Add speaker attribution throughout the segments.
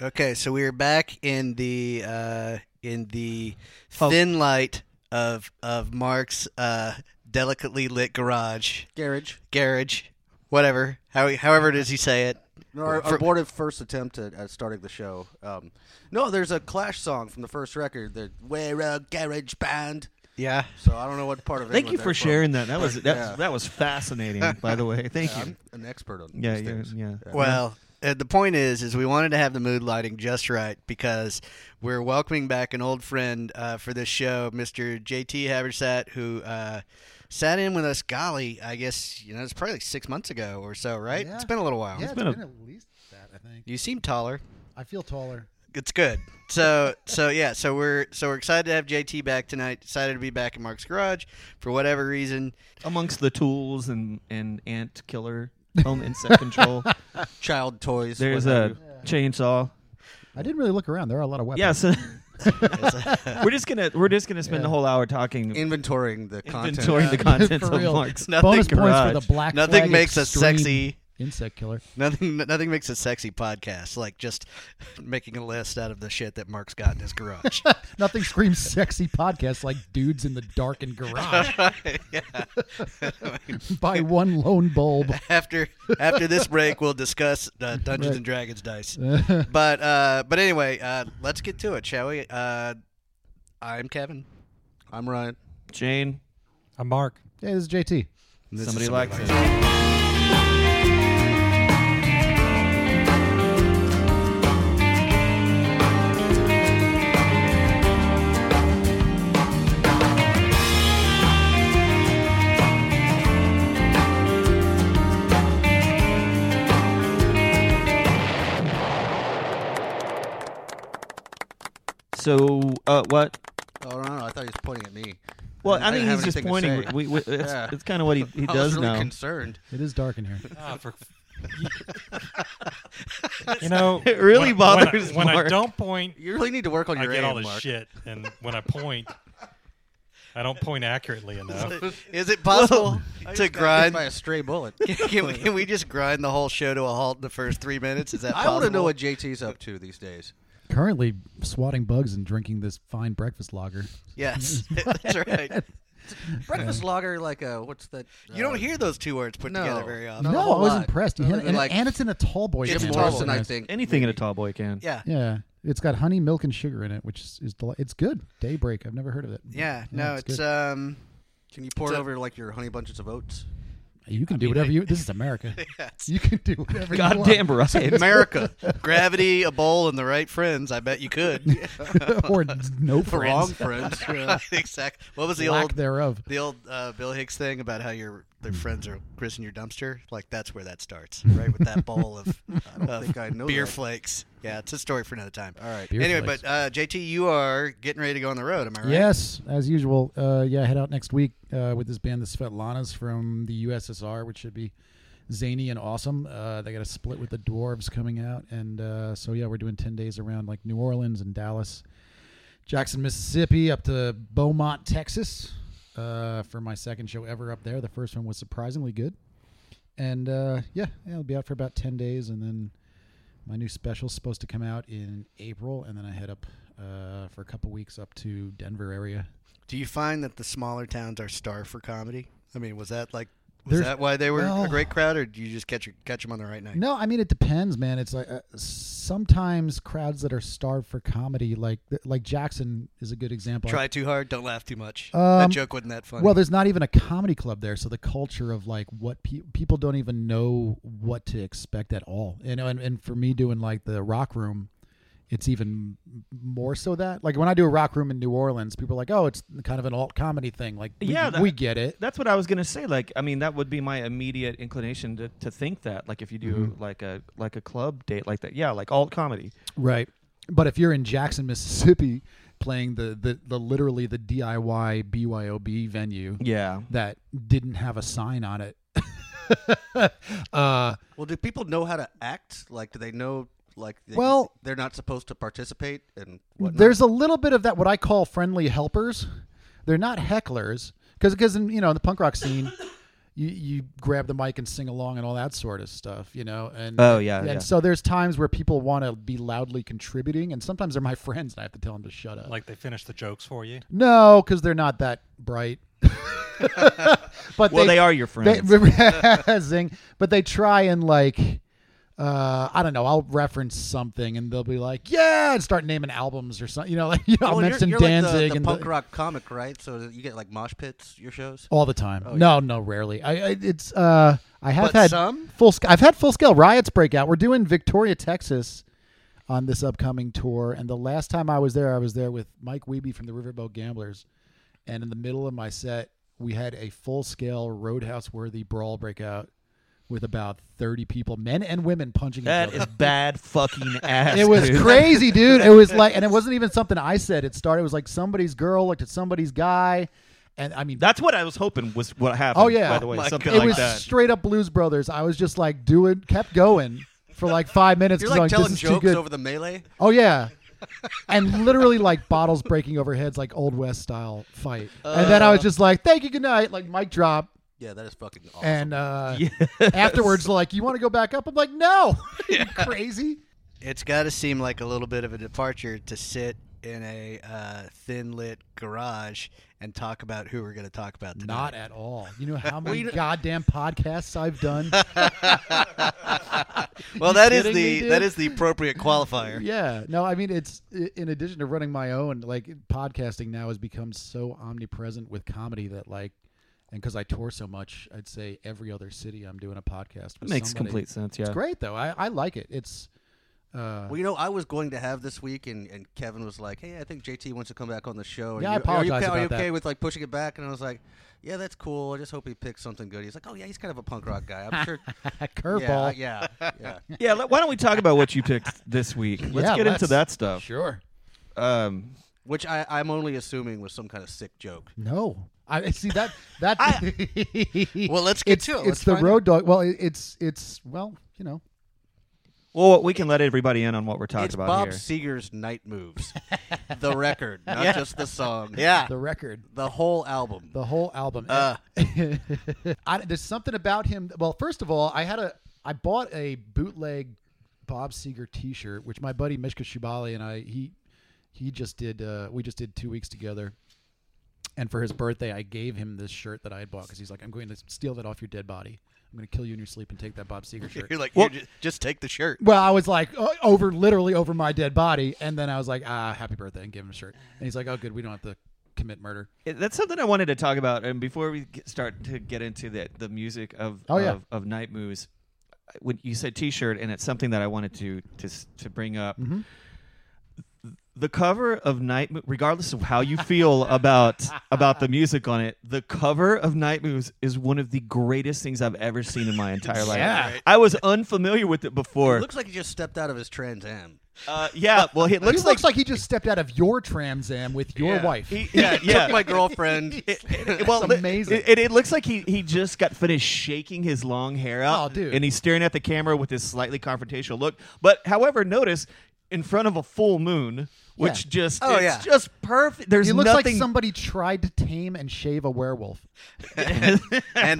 Speaker 1: Okay, so we are back in the uh, in the thin light of of Mark's uh, delicately lit garage,
Speaker 2: Garage.
Speaker 1: garage, whatever. How, however does he say it?
Speaker 2: Our,
Speaker 1: For-
Speaker 2: our aborted first attempt at, at starting the show. Um, no, there's a Clash song from the first record. The We're a Garage Band.
Speaker 1: Yeah.
Speaker 2: So I don't know what part of
Speaker 3: Thank
Speaker 2: England
Speaker 3: you
Speaker 2: they're
Speaker 3: for sharing that. That was that,
Speaker 2: Yeah.
Speaker 3: that was fascinating. By the way, thank
Speaker 2: Yeah,
Speaker 3: you.
Speaker 2: I'm an expert on
Speaker 3: Yeah,
Speaker 2: these
Speaker 3: yeah,
Speaker 2: things.
Speaker 3: yeah.
Speaker 1: Well, uh, the point is, is we wanted to have the mood lighting just right because we're welcoming back an old friend uh, for this show, Mr. JT Haversat, who uh, sat in with us. Golly, I guess you know it's probably like six months ago or so, right?
Speaker 4: Yeah.
Speaker 1: It's been a little while.
Speaker 4: Yeah, it's
Speaker 3: been
Speaker 4: been,
Speaker 3: a-
Speaker 4: at least that I think.
Speaker 1: You seem taller.
Speaker 4: I feel taller.
Speaker 1: It's good. So so yeah, so we're so we're excited to have JT back tonight. Decided to be back in Mark's garage for whatever reason.
Speaker 3: Amongst the tools and and ant killer, home insect control.
Speaker 2: Child toys.
Speaker 3: There's
Speaker 2: what have
Speaker 3: a
Speaker 2: you.
Speaker 3: chainsaw.
Speaker 4: I didn't really look around. There are a lot of weapons.
Speaker 3: Yes. we're just gonna we're just gonna spend the
Speaker 4: Yeah.
Speaker 3: whole hour talking
Speaker 2: inventoring the content.
Speaker 3: inventoring the contents
Speaker 4: For
Speaker 3: of
Speaker 4: real.
Speaker 3: Mark's.
Speaker 1: Nothing
Speaker 4: Bonus
Speaker 3: garage.
Speaker 4: points for the black.
Speaker 1: Nothing
Speaker 4: Flag
Speaker 1: makes a
Speaker 4: Extreme
Speaker 1: sexy-
Speaker 4: insect killer.
Speaker 1: Nothing nothing makes a sexy podcast like just making a list out of the shit that Mark's got in his garage.
Speaker 4: Nothing screams sexy podcasts like dudes in the dark and garage
Speaker 1: yeah.
Speaker 4: by one lone bulb.
Speaker 1: After after this break, we'll discuss uh, Dungeons and Dragons dice. but uh, but anyway, uh, let's get to it, shall we? Uh, I'm Kevin.
Speaker 2: I'm Ryan.
Speaker 3: Jane,
Speaker 5: I'm Mark.
Speaker 4: Hey, this is JT.
Speaker 1: This is
Speaker 3: somebody
Speaker 1: Somebody
Speaker 3: likes
Speaker 1: Likes
Speaker 3: it. So uh, what?
Speaker 2: Oh no, no, I thought he was pointing at me.
Speaker 3: Well,
Speaker 2: didn't-
Speaker 3: I, think
Speaker 2: didn't have
Speaker 3: he's just
Speaker 2: anything to
Speaker 3: pointing.
Speaker 2: say.
Speaker 3: We, we, it's
Speaker 2: Yeah.
Speaker 3: it's kind of what he, he
Speaker 2: I
Speaker 3: does
Speaker 2: was really
Speaker 3: now.
Speaker 2: concerned.
Speaker 4: It is dark in here.
Speaker 5: Ah, for, you know,
Speaker 3: It really
Speaker 5: when I-
Speaker 3: bothers
Speaker 5: when I, when
Speaker 3: Mark.
Speaker 5: I don't point.
Speaker 2: You really need to work on
Speaker 5: I
Speaker 2: your
Speaker 5: get all
Speaker 2: aim,
Speaker 5: this
Speaker 2: Mark.
Speaker 5: shit, and when I point, I don't point accurately enough.
Speaker 1: Is it possible to
Speaker 2: Hit
Speaker 1: grind
Speaker 2: by a stray bullet.
Speaker 1: can, we, can we just grind the whole show to a halt in the first three minutes? Is that
Speaker 2: I
Speaker 1: possible?
Speaker 2: want to know what JT's up to these days.
Speaker 4: Currently swatting bugs and drinking this fine breakfast lager.
Speaker 1: Yes, that's right.
Speaker 2: Breakfast lager, like a what's that? Uh,
Speaker 1: You don't hear those two words put
Speaker 2: no.
Speaker 1: together very often.
Speaker 2: Not
Speaker 4: No,
Speaker 2: a
Speaker 4: I
Speaker 2: whole
Speaker 4: was
Speaker 2: lot.
Speaker 4: impressed. You
Speaker 2: Other
Speaker 4: hit-
Speaker 2: than
Speaker 4: and,
Speaker 2: like
Speaker 4: and it's in a tall boy.
Speaker 2: Jim
Speaker 4: can.
Speaker 2: Morrison, I think.
Speaker 3: Anything in a tall boy can.
Speaker 1: Yeah,
Speaker 4: Yeah, it's got honey, milk, and sugar in it, which is, is deli- it's good. Daybreak. I've never heard of it.
Speaker 1: yeah. No,
Speaker 4: it's
Speaker 1: it's,
Speaker 4: good.
Speaker 1: um,
Speaker 2: Can you pour it
Speaker 1: So-
Speaker 2: over like your honey bunches of oats?
Speaker 4: you can do whatever you. This is America.
Speaker 1: it's
Speaker 4: You can do whatever. you want.
Speaker 3: Goddamn right.
Speaker 1: America, gravity, a bowl, and the right friends. I bet you could.
Speaker 4: or no
Speaker 2: Wrong
Speaker 4: friends.
Speaker 2: friends.
Speaker 1: exactly. What was the
Speaker 4: Lack
Speaker 1: old
Speaker 4: thereof.
Speaker 1: the old uh, Bill Hicks thing about how your their
Speaker 4: Mm.
Speaker 1: friends are Chris in your dumpster? Like that's where that starts, right? With that bowl of, of
Speaker 2: think I know
Speaker 1: beer
Speaker 2: that.
Speaker 1: flakes. Yeah, it's a story for another time.
Speaker 2: All right.
Speaker 4: Beer
Speaker 1: anyway,
Speaker 4: flakes.
Speaker 1: but uh, JT, you are getting ready to go on the road. Am I right?
Speaker 4: Yes, as usual. Uh, yeah, head out next week uh, with this band, the Svetlanas from the USSR, which should be zany and awesome. Uh, they got a split with the Dwarves coming out, and uh, so yeah, we're doing ten days around like New Orleans and Dallas, Jackson, Mississippi, up to Beaumont, Texas, uh, for my second show ever up there. The first one was surprisingly good, and uh, yeah, yeah, it'll be out for about ten days, and then. My new special's supposed to come out in April, and then I head up uh, for a couple weeks up to Denver area.
Speaker 1: Do you find that the smaller towns are starved for comedy? I mean, was that like was
Speaker 4: There's-
Speaker 1: that why they were a
Speaker 4: well- Mm.
Speaker 1: great crowd, or do you just catch your, catch them on the right night?
Speaker 4: No, I mean it depends, man. It's like uh, sometimes crowds that are starved for comedy, like like Jackson is a good example.
Speaker 1: Try too hard, don't laugh too much. that
Speaker 4: Um,
Speaker 1: joke wasn't that funny.
Speaker 4: Well, there's not even a comedy club there, so the culture of like what pe- people don't even know what to expect at all. You know, and, and for me doing like the rock room, it's even m- more so that like when I do a rock room in New Orleans, people are like, "Oh, it's kind of an alt comedy thing." Like, we,
Speaker 3: Yeah, that-
Speaker 4: we get it.
Speaker 3: That's what I was gonna say. Like, I mean, that would be my immediate inclination to, to think that. Like, if you do
Speaker 4: Mm-hmm.
Speaker 3: like a like a club date like that, yeah, like alt comedy.
Speaker 4: Right. But if you're in Jackson, Mississippi, playing the the, the literally the DIY BYOB venue
Speaker 3: Yeah.
Speaker 4: that didn't have a sign on it, uh,
Speaker 2: Well, do people know how to act? Like, do they know? Like, they,
Speaker 4: Well-
Speaker 2: they're not supposed to participate and whatnot.
Speaker 4: there's a little bit of that what I call friendly helpers. They're not hecklers because because you know in the punk rock scene. you you grab the mic and sing along and all that sort of stuff, you know. And
Speaker 3: Oh, yeah,
Speaker 4: and
Speaker 3: yeah.
Speaker 4: so there's times where people want to be loudly contributing, and sometimes they're my friends, and I have to tell them to shut up.
Speaker 5: Like they finish the jokes for you.
Speaker 4: no, because they're not that bright. but
Speaker 3: Well,
Speaker 4: they,
Speaker 3: they are your
Speaker 4: they,
Speaker 3: friends.
Speaker 4: zing, but they try and like uh, I don't know. I'll reference something, and they'll be like, "Yeah," and start naming albums or something. You know, like you know, I'll
Speaker 2: Well, Oh, you're-
Speaker 4: mention
Speaker 2: you're,
Speaker 4: Danzig
Speaker 2: like the, the
Speaker 4: and
Speaker 2: punk
Speaker 4: the-
Speaker 2: rock comic, right? So you get like mosh pits your shows.
Speaker 4: all the time.
Speaker 3: Oh,
Speaker 4: no, no, rarely. I, I it's uh, I have
Speaker 2: But
Speaker 4: had
Speaker 2: some?
Speaker 4: full. sc- I've had full scale riots break out. We're doing Victoria, Texas, on this upcoming tour, and the last time I was there, I was there with Mike Wiebe from the Riverboat Gamblers, and in the middle of my set, we had a full scale roadhouse worthy brawl break out with about thirty people, men and women, punching.
Speaker 3: that
Speaker 4: each
Speaker 3: is
Speaker 4: other.
Speaker 3: bad fucking ass.
Speaker 4: It was
Speaker 3: dude.
Speaker 4: crazy, dude. It was like, and it wasn't even something I said. It started. It was like somebody's girl looked at somebody's guy, and I mean,
Speaker 3: That's what I was hoping was what happened.
Speaker 4: Oh, yeah.
Speaker 3: by the way,
Speaker 1: Oh, my
Speaker 3: something
Speaker 1: God.
Speaker 4: it
Speaker 3: like
Speaker 4: was
Speaker 3: that.
Speaker 4: straight up Blues Brothers. I was just like doing, kept going for like five minutes.
Speaker 2: You're
Speaker 4: 'cause I'm
Speaker 2: like telling
Speaker 4: this is too
Speaker 2: jokes
Speaker 4: good.
Speaker 2: over the melee.
Speaker 4: oh yeah, and literally like bottles breaking over heads, like old west style fight. and then I was just like, "Thank you, good night," like mic drop.
Speaker 2: Yeah, that is fucking awesome.
Speaker 4: And uh,
Speaker 3: Yes.
Speaker 4: afterwards, like, "You want to go back up?" I'm like, "No, you crazy."
Speaker 1: It's got to seem like a little bit of a departure to sit in a uh, thin lit garage and talk about who we're going to talk about tonight.
Speaker 4: Not at all. You know how many goddamn podcasts I've done.
Speaker 1: well, that is the
Speaker 4: kidding me, dude?
Speaker 1: that is the appropriate qualifier.
Speaker 4: Yeah. No, I mean it's i- in addition to running my own, like podcasting now has become so omnipresent with comedy that like and cuz I tour so much, I'd say every other city I'm doing a podcast
Speaker 3: That
Speaker 4: with
Speaker 3: makes
Speaker 4: somebody.
Speaker 3: complete sense. Yeah.
Speaker 4: It's great though. I, I like it. It's uh
Speaker 2: Well, you know, I was going to have this week, and, and Kevin was like, "Hey, I think JT wants to come back on the show." Are
Speaker 4: Yeah, I
Speaker 2: you, Are
Speaker 4: apologize
Speaker 2: you, are you
Speaker 4: about that.
Speaker 2: okay with like pushing it back? And I was like, "Yeah, that's cool. I just hope he picks something good." He's like, "Oh yeah, he's kind of a punk rock guy. I'm sure." yeah,
Speaker 4: curveball.
Speaker 2: yeah, yeah.
Speaker 3: Yeah. let- Why don't we talk about what you picked this week? Let's
Speaker 4: Yeah,
Speaker 3: get into
Speaker 4: let's.
Speaker 3: that stuff.
Speaker 4: Sure.
Speaker 3: Um,
Speaker 2: Which I, I'm only assuming was some kind of sick joke.
Speaker 4: No. I see that that
Speaker 1: Well, let's get
Speaker 4: it's,
Speaker 1: to it.
Speaker 4: It's
Speaker 1: Let's
Speaker 4: the
Speaker 1: find
Speaker 4: road dog. Well, it, it's it's well, you know.
Speaker 3: well, we can let everybody in on what we're talking
Speaker 2: it's
Speaker 3: about
Speaker 2: Bob
Speaker 3: here.
Speaker 2: Seger's "Night Moves," the record, not just the song.
Speaker 1: Yeah.
Speaker 4: The record.
Speaker 2: the whole album.
Speaker 4: The whole album. I, there's something about him. Well, first of all, I had a I bought a bootleg Bob Seger T-shirt, which my buddy Mishka Shibali and I he he just did. Uh, we just did two weeks together, and for his birthday, I gave him this shirt that I had bought because he's like, "I'm going to steal that off your dead body. I'm going to kill you in your sleep and take that Bob Seger shirt."
Speaker 1: You're like,
Speaker 3: Well-
Speaker 1: "Here, ju- just take the shirt.
Speaker 4: Well, I was like uh, over, literally over my dead body, and then I was like, "Ah, happy birthday," and gave him a shirt. And he's like, "Oh, good, we don't have to commit murder."
Speaker 3: It- That's something I wanted to talk about. And before we get, start to get into the, the music of,
Speaker 4: Oh,
Speaker 3: of,
Speaker 4: yeah.
Speaker 3: of Night Moves, when you said t shirt, and it's something that I wanted to, to, s- to bring up. The cover of Night Moves, regardless of how you feel about about the music on it, the cover of Night Moves is one of the greatest things I've ever seen in my entire life.
Speaker 1: Yeah. Right.
Speaker 3: I was unfamiliar with it before.
Speaker 2: It looks like he just stepped out of his Trans Am.
Speaker 3: uh, yeah, well, it
Speaker 4: Looks
Speaker 3: looks
Speaker 4: he
Speaker 3: like
Speaker 4: looks like he just stepped out of your tram zam with your wife.
Speaker 3: he,
Speaker 2: Yeah,
Speaker 3: yeah, yeah.
Speaker 2: took my girlfriend.
Speaker 3: It- it- well,
Speaker 4: It's
Speaker 3: li-
Speaker 4: amazing.
Speaker 3: It, it, it looks like he, he just got finished shaking his long hair out.
Speaker 4: Oh, dude.
Speaker 3: And he's staring at the camera with this slightly confrontational look. But, however, notice in front of a full moon, which
Speaker 4: Yeah.
Speaker 3: just
Speaker 1: Oh,
Speaker 3: it's
Speaker 1: yeah.
Speaker 3: just perfect. There's
Speaker 4: He looks
Speaker 3: nothing.
Speaker 4: like somebody tried to tame and shave a werewolf
Speaker 1: and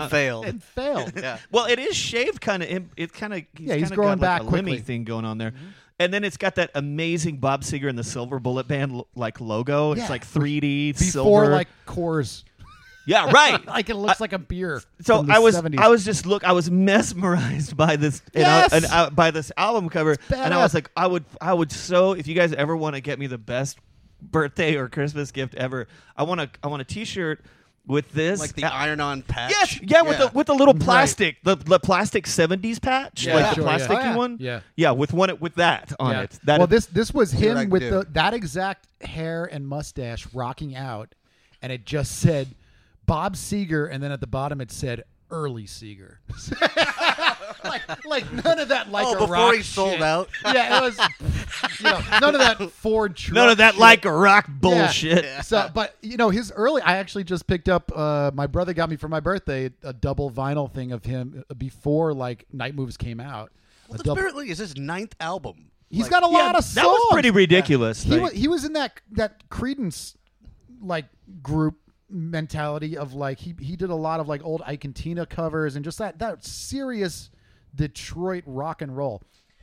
Speaker 1: failed.
Speaker 4: and failed.
Speaker 1: Yeah.
Speaker 3: well, it is shaved kind of. It kind of.
Speaker 4: Yeah, he's
Speaker 3: kinda
Speaker 4: growing
Speaker 3: got like
Speaker 4: back
Speaker 3: a Lemmy
Speaker 4: quickly. Mm-hmm.
Speaker 3: thing going on there. And then it's got that amazing Bob Seger and the Silver Bullet Band lo- like logo.
Speaker 4: Yeah.
Speaker 3: It's like 3D
Speaker 4: Before
Speaker 3: silver.
Speaker 4: like Coors,
Speaker 3: yeah, right.
Speaker 4: like it looks like a beer.
Speaker 3: so
Speaker 4: from the
Speaker 3: I was
Speaker 4: 70s.
Speaker 3: I was just look I was mesmerized by this and I-
Speaker 4: Yes!
Speaker 3: and I- by this album cover and I
Speaker 4: badass.
Speaker 3: was like I would I would so if you guys ever want to get me the best birthday or Christmas gift ever I want to I want a T-shirt with this
Speaker 2: like the
Speaker 3: Uh,
Speaker 2: iron-on patch.
Speaker 3: yes yeah, with the with the little plastic the, the plastic seventies patch
Speaker 4: Yeah,
Speaker 3: like
Speaker 4: sure,
Speaker 3: the
Speaker 4: yeah.
Speaker 3: plasticky
Speaker 4: Oh, yeah.
Speaker 3: one
Speaker 4: Yeah.
Speaker 3: yeah with one with that on
Speaker 4: Yeah.
Speaker 3: it that
Speaker 4: well, this this was
Speaker 2: what I
Speaker 4: him
Speaker 2: can
Speaker 4: with
Speaker 2: do.
Speaker 4: the, that exact hair and mustache rocking out, and it just said Bob Seger, and then at the bottom it said early Seger. like, like none of that like
Speaker 2: oh,
Speaker 4: a
Speaker 2: before
Speaker 4: rock
Speaker 2: he sold
Speaker 4: shit.
Speaker 2: out.
Speaker 4: Yeah, it was you know, none of that Ford. Truck
Speaker 3: none of that
Speaker 4: shit.
Speaker 3: like a rock bullshit
Speaker 4: Yeah. So, but you know, his early. I actually just picked up. Uh, my brother got me for my birthday a double vinyl thing of him before like Night Moves came out.
Speaker 2: Well,
Speaker 4: a
Speaker 2: this
Speaker 4: double-
Speaker 2: apparently is his ninth album.
Speaker 4: He's
Speaker 2: Like,
Speaker 4: got a lot
Speaker 3: Yeah,
Speaker 4: of songs.
Speaker 3: that was pretty ridiculous
Speaker 4: He
Speaker 3: like-
Speaker 4: was, he was in that that Credence like group mentality of like he he did a lot of like old Ike and Tina covers and just that that serious Detroit rock and roll.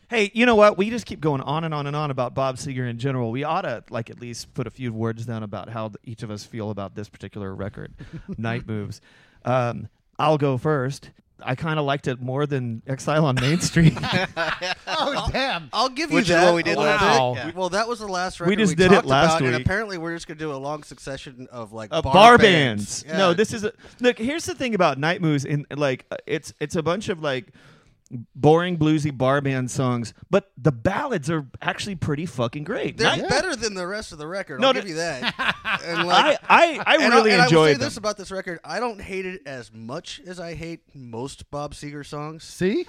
Speaker 3: Hey, you know what? We just keep going on and on and on about Bob Seger in general. We ought to like at least put a few words down about how th- each of us feel about this particular record, Night Moves. Um, I'll go first. I kind of liked it more than Exile on Main Street.
Speaker 4: Oh damn!
Speaker 2: I'll give you
Speaker 1: Which is
Speaker 2: that.
Speaker 1: what we did
Speaker 2: I'll
Speaker 1: last
Speaker 2: give it-
Speaker 1: week. Yeah.
Speaker 2: Well, that was the last record
Speaker 3: We just did it
Speaker 2: talked
Speaker 3: last
Speaker 2: about, and
Speaker 3: week.
Speaker 2: apparently we're just gonna do a long succession of like
Speaker 3: Uh,
Speaker 2: bar,
Speaker 3: bar,
Speaker 2: bands.
Speaker 3: bands. No,
Speaker 2: Yeah.
Speaker 3: this is a look. Here's the thing about Night Moves, and like uh, it's it's a bunch of like boring bluesy bar band songs, but the ballads are actually pretty fucking great.
Speaker 2: They're
Speaker 3: Night-
Speaker 2: better than the rest of the record.
Speaker 3: No,
Speaker 2: I'll
Speaker 3: no-
Speaker 2: give you that. and
Speaker 3: I I, I
Speaker 2: and I, and
Speaker 3: really
Speaker 2: I will
Speaker 3: enjoyed
Speaker 2: say this
Speaker 3: them.
Speaker 2: about this record: I don't hate it as much as I hate most Bob Seger songs.
Speaker 4: See,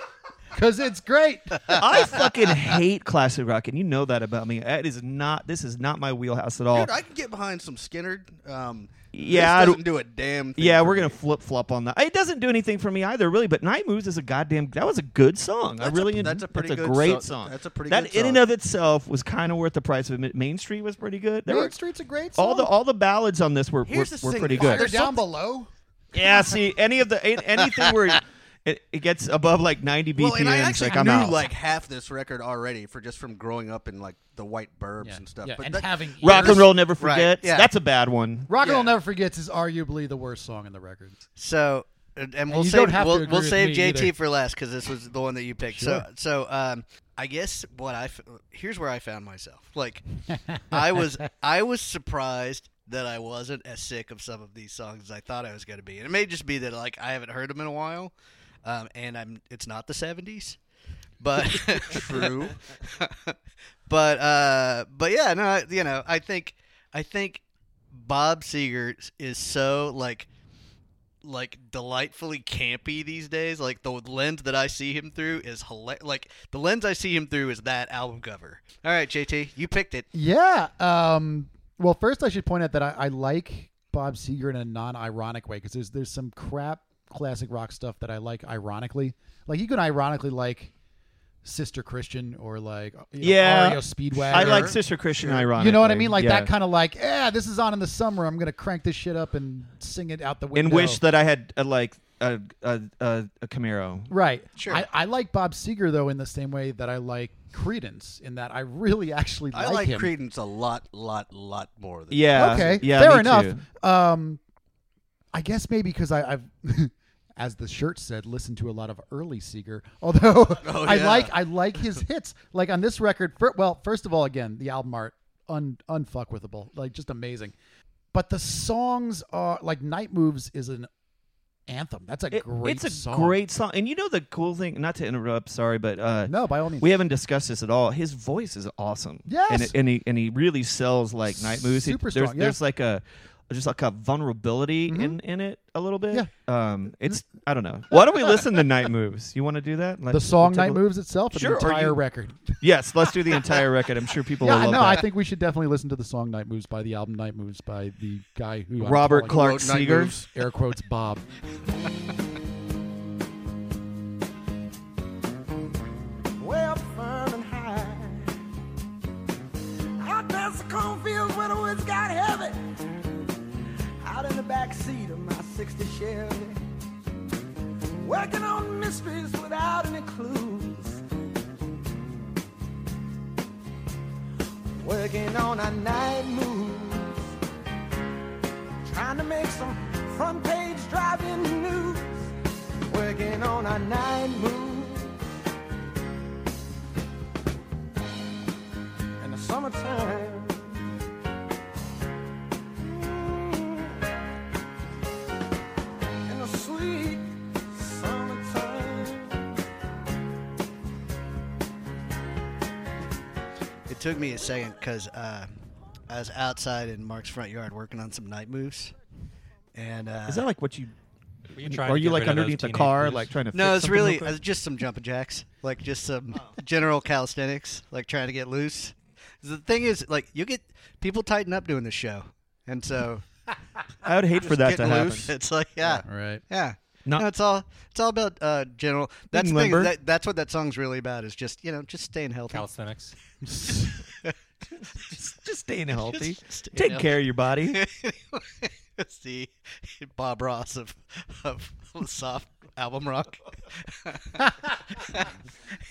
Speaker 4: because it's great.
Speaker 3: I fucking hate classic rock, and you know that about me. It is not. This is not my wheelhouse at all.
Speaker 2: Dude, I can get behind some Skinner. Um,
Speaker 3: Oh. Yeah, I
Speaker 2: this doesn't
Speaker 3: don't-
Speaker 2: do a damn. thing
Speaker 3: yeah,
Speaker 2: for
Speaker 3: we're
Speaker 2: me.
Speaker 3: gonna flip flop on that. It doesn't do anything for me either, really. But Night Moves is a goddamn. That was a good song. I
Speaker 2: That's a-
Speaker 3: really.
Speaker 2: that's a pretty good
Speaker 3: great
Speaker 2: song.
Speaker 3: song.
Speaker 2: That's a pretty
Speaker 3: That
Speaker 2: good
Speaker 3: in and
Speaker 2: song.
Speaker 3: of itself was kind of worth the price of it. Main Street was pretty good. There were,
Speaker 4: Main Street's a great song.
Speaker 3: all the all the ballads on this were were,
Speaker 2: Here's the
Speaker 3: were
Speaker 2: thing.
Speaker 3: pretty
Speaker 2: Why
Speaker 3: good.
Speaker 4: They're down below.
Speaker 3: Yeah, see, any of the an- anything where it, it gets above like ninety BPM,
Speaker 2: Well, and I
Speaker 3: it's
Speaker 2: actually
Speaker 3: E like I'm
Speaker 2: knew
Speaker 3: out.
Speaker 2: like half this record already for just from growing up in like the white burbs and stuff. But
Speaker 4: and
Speaker 2: that-
Speaker 4: having
Speaker 3: Rock and
Speaker 4: ears.
Speaker 3: roll never
Speaker 1: Right,
Speaker 3: forgets.
Speaker 1: yeah.
Speaker 3: That's a bad one.
Speaker 4: Rock and roll
Speaker 2: Yeah.
Speaker 4: never forgets is arguably the worst song in the record.
Speaker 1: So, and, and we'll
Speaker 4: you
Speaker 1: save
Speaker 4: don't have to
Speaker 1: we'll,
Speaker 4: agree
Speaker 1: we'll
Speaker 4: with
Speaker 1: save
Speaker 4: me
Speaker 1: JT
Speaker 4: either.
Speaker 1: for last because this was the one that you picked. So, so um, I guess what I f- here's where I found myself. Like, I was I was surprised that I wasn't as sick of some of these songs as I thought I was going to be, and it may just be that like I haven't heard them in a while, um, and I'm it's not the '70s, but true. but uh, but yeah, no, I- you know, I think I think Bob Seger is so like like delightfully campy these days. Like the lens that I see him through is hila- like the lens I see him through is that album cover. All right, JT, you picked it.
Speaker 4: Yeah. Um, well, first I should point out that I, I like Bob Seger in a non-ironic way because there's there's some crap classic rock stuff that I like ironically. Like you can ironically like Sister Christian or like uh, you know,
Speaker 3: Yeah.
Speaker 4: Ario Speedwagon.
Speaker 3: I like
Speaker 4: or-
Speaker 3: Sister Christian, ironically.
Speaker 4: You know what I mean? Like
Speaker 3: Yeah.
Speaker 4: that kind of like, yeah, this is on in the summer. I'm gonna crank this shit up and sing it out the window.
Speaker 3: and wish that I had uh, like a a a, a Camaro.
Speaker 4: Right.
Speaker 1: Sure.
Speaker 4: I, I like Bob Seger though in the same way that I like Credence, in that I really actually
Speaker 2: I
Speaker 4: like,
Speaker 2: like
Speaker 4: him.
Speaker 2: Credence a lot, lot, lot more than
Speaker 3: Yeah.
Speaker 4: Okay.
Speaker 3: Yeah.
Speaker 4: Fair
Speaker 3: me
Speaker 4: enough.
Speaker 3: too.
Speaker 4: Um, I guess maybe because I've, as the shirt said, listened to a lot of early Seeger. Although
Speaker 3: Oh,
Speaker 4: I
Speaker 2: yeah.
Speaker 4: like I like his hits. Like on this record, fir- well, first of all, again the album art un unfuckwithable, like just amazing. But the songs are like Night Moves is an anthem. That's a
Speaker 3: It-
Speaker 4: great.
Speaker 3: it's a
Speaker 4: song.
Speaker 3: great song. And you know the cool thing? Not to interrupt. Sorry, but uh,
Speaker 4: No, by all means.
Speaker 3: we haven't discussed this at all. His voice is awesome.
Speaker 4: Yes.
Speaker 3: And, it- and he and he really sells like night moves. He-
Speaker 4: Super
Speaker 3: there's,
Speaker 4: strong, yeah. Mm-hmm.
Speaker 3: There's like a just like a vulnerability in in it a little bit.
Speaker 4: Yeah. Mm-hmm.
Speaker 3: Um. It's I don't know. Why don't we listen to night moves? You want to do that? Like,
Speaker 4: the song
Speaker 3: we'll take
Speaker 4: Night
Speaker 3: a-
Speaker 4: Moves itself, or
Speaker 3: Sure, or
Speaker 4: the entire
Speaker 3: you-
Speaker 4: record.
Speaker 3: Yes. Let's do the entire record. I'm sure people
Speaker 4: Yeah,
Speaker 3: will love
Speaker 4: no, I
Speaker 3: that.
Speaker 4: think we should definitely listen to the song "Night Moves" by the album "Night Moves" by the guy who I'm
Speaker 3: Robert
Speaker 4: calling-
Speaker 3: Clark
Speaker 2: Wrote Night
Speaker 3: Seeger.
Speaker 2: Moves.
Speaker 4: air quotes Bob.
Speaker 6: way up firm and high. Out past the cornfields where the woods got heavy. Out in the back seat of my 60 Chevy. Working on mysteries without any clues. Working on a night moves. Trying to make some front page driving news. Working on a night moves. in the summertime. Mm. In the sweet summertime.
Speaker 1: It took me a second because uh, I was outside in Mark's front yard working on some night moves, and uh,
Speaker 3: Is that like what you?
Speaker 5: Were you trying
Speaker 3: Are
Speaker 5: to
Speaker 3: you
Speaker 5: get
Speaker 3: like
Speaker 5: rid of those
Speaker 3: underneath the
Speaker 5: teenage
Speaker 3: car,
Speaker 5: boys?
Speaker 3: like trying to?
Speaker 1: no,
Speaker 3: fix
Speaker 1: it's
Speaker 3: something
Speaker 1: really
Speaker 3: real quick?
Speaker 1: uh, just some jumping jacks, like just some general calisthenics, like trying to get loose. The thing is, like you get people tighten up doing this show, and so
Speaker 3: I would hate for that to
Speaker 2: getting
Speaker 3: happen.
Speaker 2: loose.
Speaker 1: it's like yeah,
Speaker 4: All right.
Speaker 1: Yeah.
Speaker 3: Not-
Speaker 1: no, it's all it's all about uh, general. That's the thing,
Speaker 3: limber.
Speaker 1: that, that's what that song's really about is just you know just staying healthy.
Speaker 5: Calisthenics.
Speaker 3: Just staying healthy.
Speaker 1: Just staying
Speaker 3: Take
Speaker 1: healthy.
Speaker 3: care of your body.
Speaker 1: It's the Bob Ross of, of soft album rock.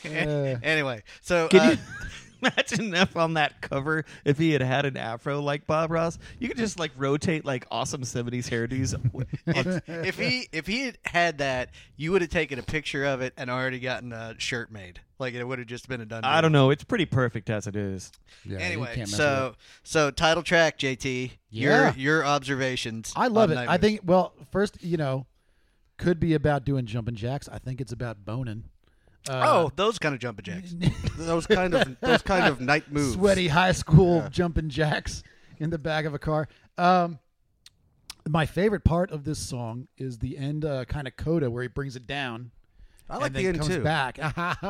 Speaker 4: Uh.
Speaker 1: anyway, so
Speaker 3: Can
Speaker 1: uh,
Speaker 3: you imagine if on that cover, if he had had an afro like Bob Ross, you could just like rotate like awesome 70s hairdos.
Speaker 1: if, if he if he had had that, you would have taken a picture of it and already gotten a shirt made. Like it would have just been a done.
Speaker 3: I don't know. It's pretty perfect as it is.
Speaker 4: Yeah, you can't
Speaker 1: Anyway,
Speaker 4: mess with it.
Speaker 1: so so title track, JT.
Speaker 4: Yeah.
Speaker 1: Your your observations.
Speaker 4: I love
Speaker 1: on
Speaker 4: it. I
Speaker 1: Nightwish.
Speaker 4: think well, first, you know, could be about doing jumping jacks. I think it's about boning. Uh,
Speaker 1: oh, those kind of jumping jacks.
Speaker 2: Those kind of those kind of night moves.
Speaker 4: sweaty high school jumping jacks in the back of a car. Um, my favorite part of this song is the end uh, kind of coda where he brings it down.
Speaker 2: I like
Speaker 4: and
Speaker 2: the
Speaker 4: then
Speaker 2: end
Speaker 4: comes
Speaker 2: too.
Speaker 4: back.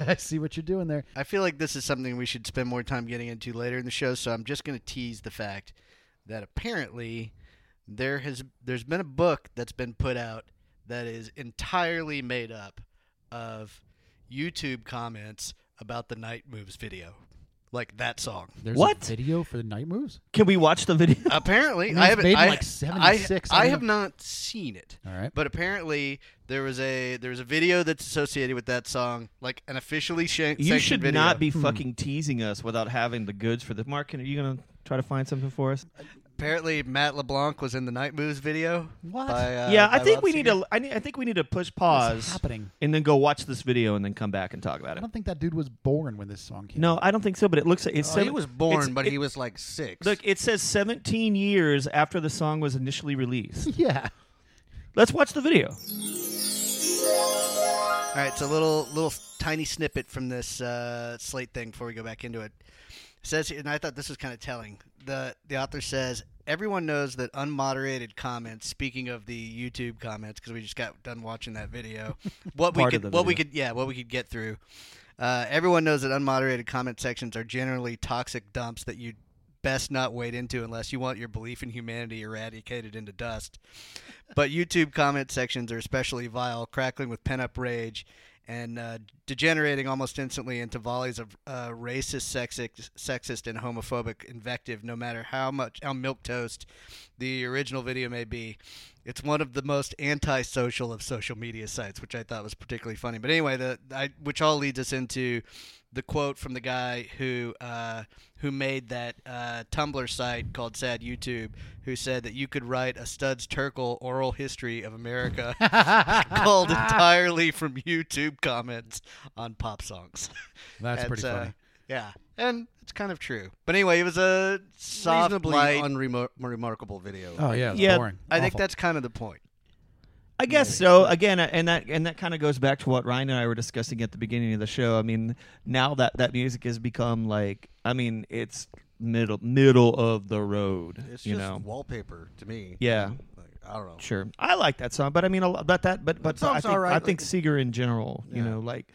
Speaker 4: I see what you're doing there.
Speaker 1: I feel like this is something we should spend more time getting into later in the show. So I'm just going to tease the fact that apparently there has there's been a book that's been put out that is entirely made up of YouTube comments about the Night Moves video, like that song.
Speaker 4: There's
Speaker 3: a What?
Speaker 4: video for the night moves?
Speaker 3: Can we watch the video?
Speaker 1: Apparently,
Speaker 4: And
Speaker 1: I
Speaker 4: it's
Speaker 1: haven't.
Speaker 4: made in,
Speaker 1: I,
Speaker 4: like,
Speaker 1: I-
Speaker 4: 76. I
Speaker 1: I,
Speaker 4: don't
Speaker 1: have
Speaker 4: know.
Speaker 1: not seen it.
Speaker 4: All right.
Speaker 1: But apparently, there was a there was a video that's associated with that song, like an officially shan-
Speaker 3: You
Speaker 1: sanctioned
Speaker 3: should
Speaker 1: video.
Speaker 3: not be fucking teasing us without having the goods for the Mark, are you going to try to find something for us?
Speaker 1: Apparently, Matt LeBlanc was in the Night Moves video.
Speaker 4: What?
Speaker 1: by, uh,
Speaker 3: yeah, I
Speaker 1: by
Speaker 3: think
Speaker 1: Rob
Speaker 3: we need
Speaker 1: Seger.
Speaker 3: to I, need, I think we need to push
Speaker 4: What's
Speaker 3: pause
Speaker 4: happening?
Speaker 3: and then go watch this video and then come back and talk about
Speaker 4: I
Speaker 3: it.
Speaker 4: don't think that dude was born when this song came. out.
Speaker 3: No, I don't think so, but it looks like it's
Speaker 2: So Oh, he
Speaker 3: seven-
Speaker 2: was
Speaker 3: it's-
Speaker 2: born, but
Speaker 3: it-
Speaker 2: he was like six.
Speaker 3: Look, it says 17 years after the song was initially released.
Speaker 4: Yeah.
Speaker 3: Let's watch the video.
Speaker 1: All right, so a little little tiny snippet from this uh, slate thing before we go back into it. It says, and I thought this was kind of telling. the The author says everyone knows that unmoderated comments. Speaking of the YouTube comments, because we just got done watching that video, what we
Speaker 3: Part of
Speaker 1: could,
Speaker 3: the
Speaker 1: what we
Speaker 3: video.
Speaker 1: could, yeah, what we could get through. Uh, everyone knows that unmoderated comment sections are generally toxic dumps that you best not wade into unless you want your belief in humanity eradicated into dust. But YouTube comment sections are especially vile, crackling with pent up rage and uh, degenerating almost instantly into volleys of uh, racist, sexist, sexist, and homophobic invective, no matter how much how milk toast the original video may be. It's one of the most antisocial of social media sites, which I thought was particularly funny. But anyway, the I, which all leads us into the quote from the guy who uh, who made that uh, Tumblr site called Sad YouTube, who said that you could write a Studs Terkel oral history of America called entirely from YouTube comments on pop songs.
Speaker 4: That's
Speaker 1: And,
Speaker 4: pretty
Speaker 1: uh,
Speaker 4: funny.
Speaker 1: Yeah, and it's kind of true. But anyway, it was a soft,
Speaker 2: reasonably
Speaker 1: light.
Speaker 2: unremarkable video.
Speaker 4: Oh yeah, it's
Speaker 3: Yeah,
Speaker 4: boring.
Speaker 1: I think
Speaker 4: Awful.
Speaker 1: that's kind of the point.
Speaker 3: I guess so. Again, uh, and that and that kind of goes back to what Ryan and I were discussing at the beginning of the show. I mean, now that that music has become like, I mean, it's middle middle of the road.
Speaker 2: it's
Speaker 3: you
Speaker 2: just
Speaker 3: know,
Speaker 2: wallpaper to me.
Speaker 3: Yeah.
Speaker 2: Like, uh, I don't know.
Speaker 3: sure. I like that song, but I mean, a lot- but that, but but
Speaker 2: song's
Speaker 3: I think,
Speaker 2: all right.
Speaker 3: I think
Speaker 2: Like-
Speaker 3: Seeger in general, you
Speaker 2: Yeah.
Speaker 3: know, like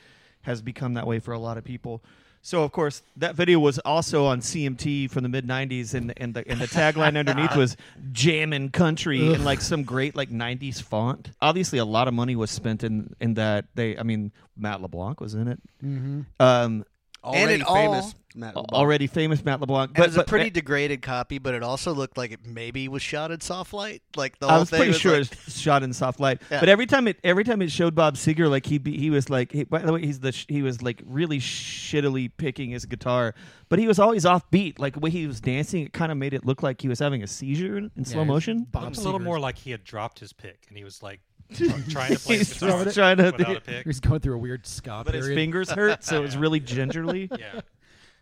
Speaker 3: has become that way for a lot of people. So of course, that video was also on CMT from the mid '90s, and and the and the tagline underneath was "Jammin' Country" in like some great like '90s font. Obviously, a lot of money was spent in in that. They, I mean, Matt LeBlanc was in it. Mm-hmm. Um,
Speaker 2: Already
Speaker 1: it
Speaker 2: famous
Speaker 1: all-
Speaker 2: Matt LeBlanc.
Speaker 3: already famous Matt LeBlanc,
Speaker 1: But,
Speaker 3: but
Speaker 1: it was a
Speaker 3: but-
Speaker 1: pretty degraded copy, but it also looked like it maybe was shot in soft light. Like the whole
Speaker 3: I was
Speaker 1: thing
Speaker 3: pretty
Speaker 1: was
Speaker 3: sure
Speaker 1: like-
Speaker 3: it's shot in soft light.
Speaker 1: Yeah.
Speaker 3: But every time it every time it showed Bob Seger, like he be, he was like he, by the way he's the sh- he was like really shittily picking his guitar, but he was always offbeat. Like the way he was dancing, it kind of made it look like he was having a seizure in, in
Speaker 4: Yeah,
Speaker 3: slow
Speaker 4: it's
Speaker 3: motion.
Speaker 4: Bob
Speaker 5: Looked a little
Speaker 4: Seger's-
Speaker 5: more like he had dropped his pick and he was like tr- trying to play
Speaker 3: He's
Speaker 5: his guitar
Speaker 3: just trying to-
Speaker 5: without a pick.
Speaker 4: He's going through a weird ska
Speaker 3: But his
Speaker 4: period.
Speaker 3: fingers hurt, so it was really gingerly.
Speaker 5: Yeah.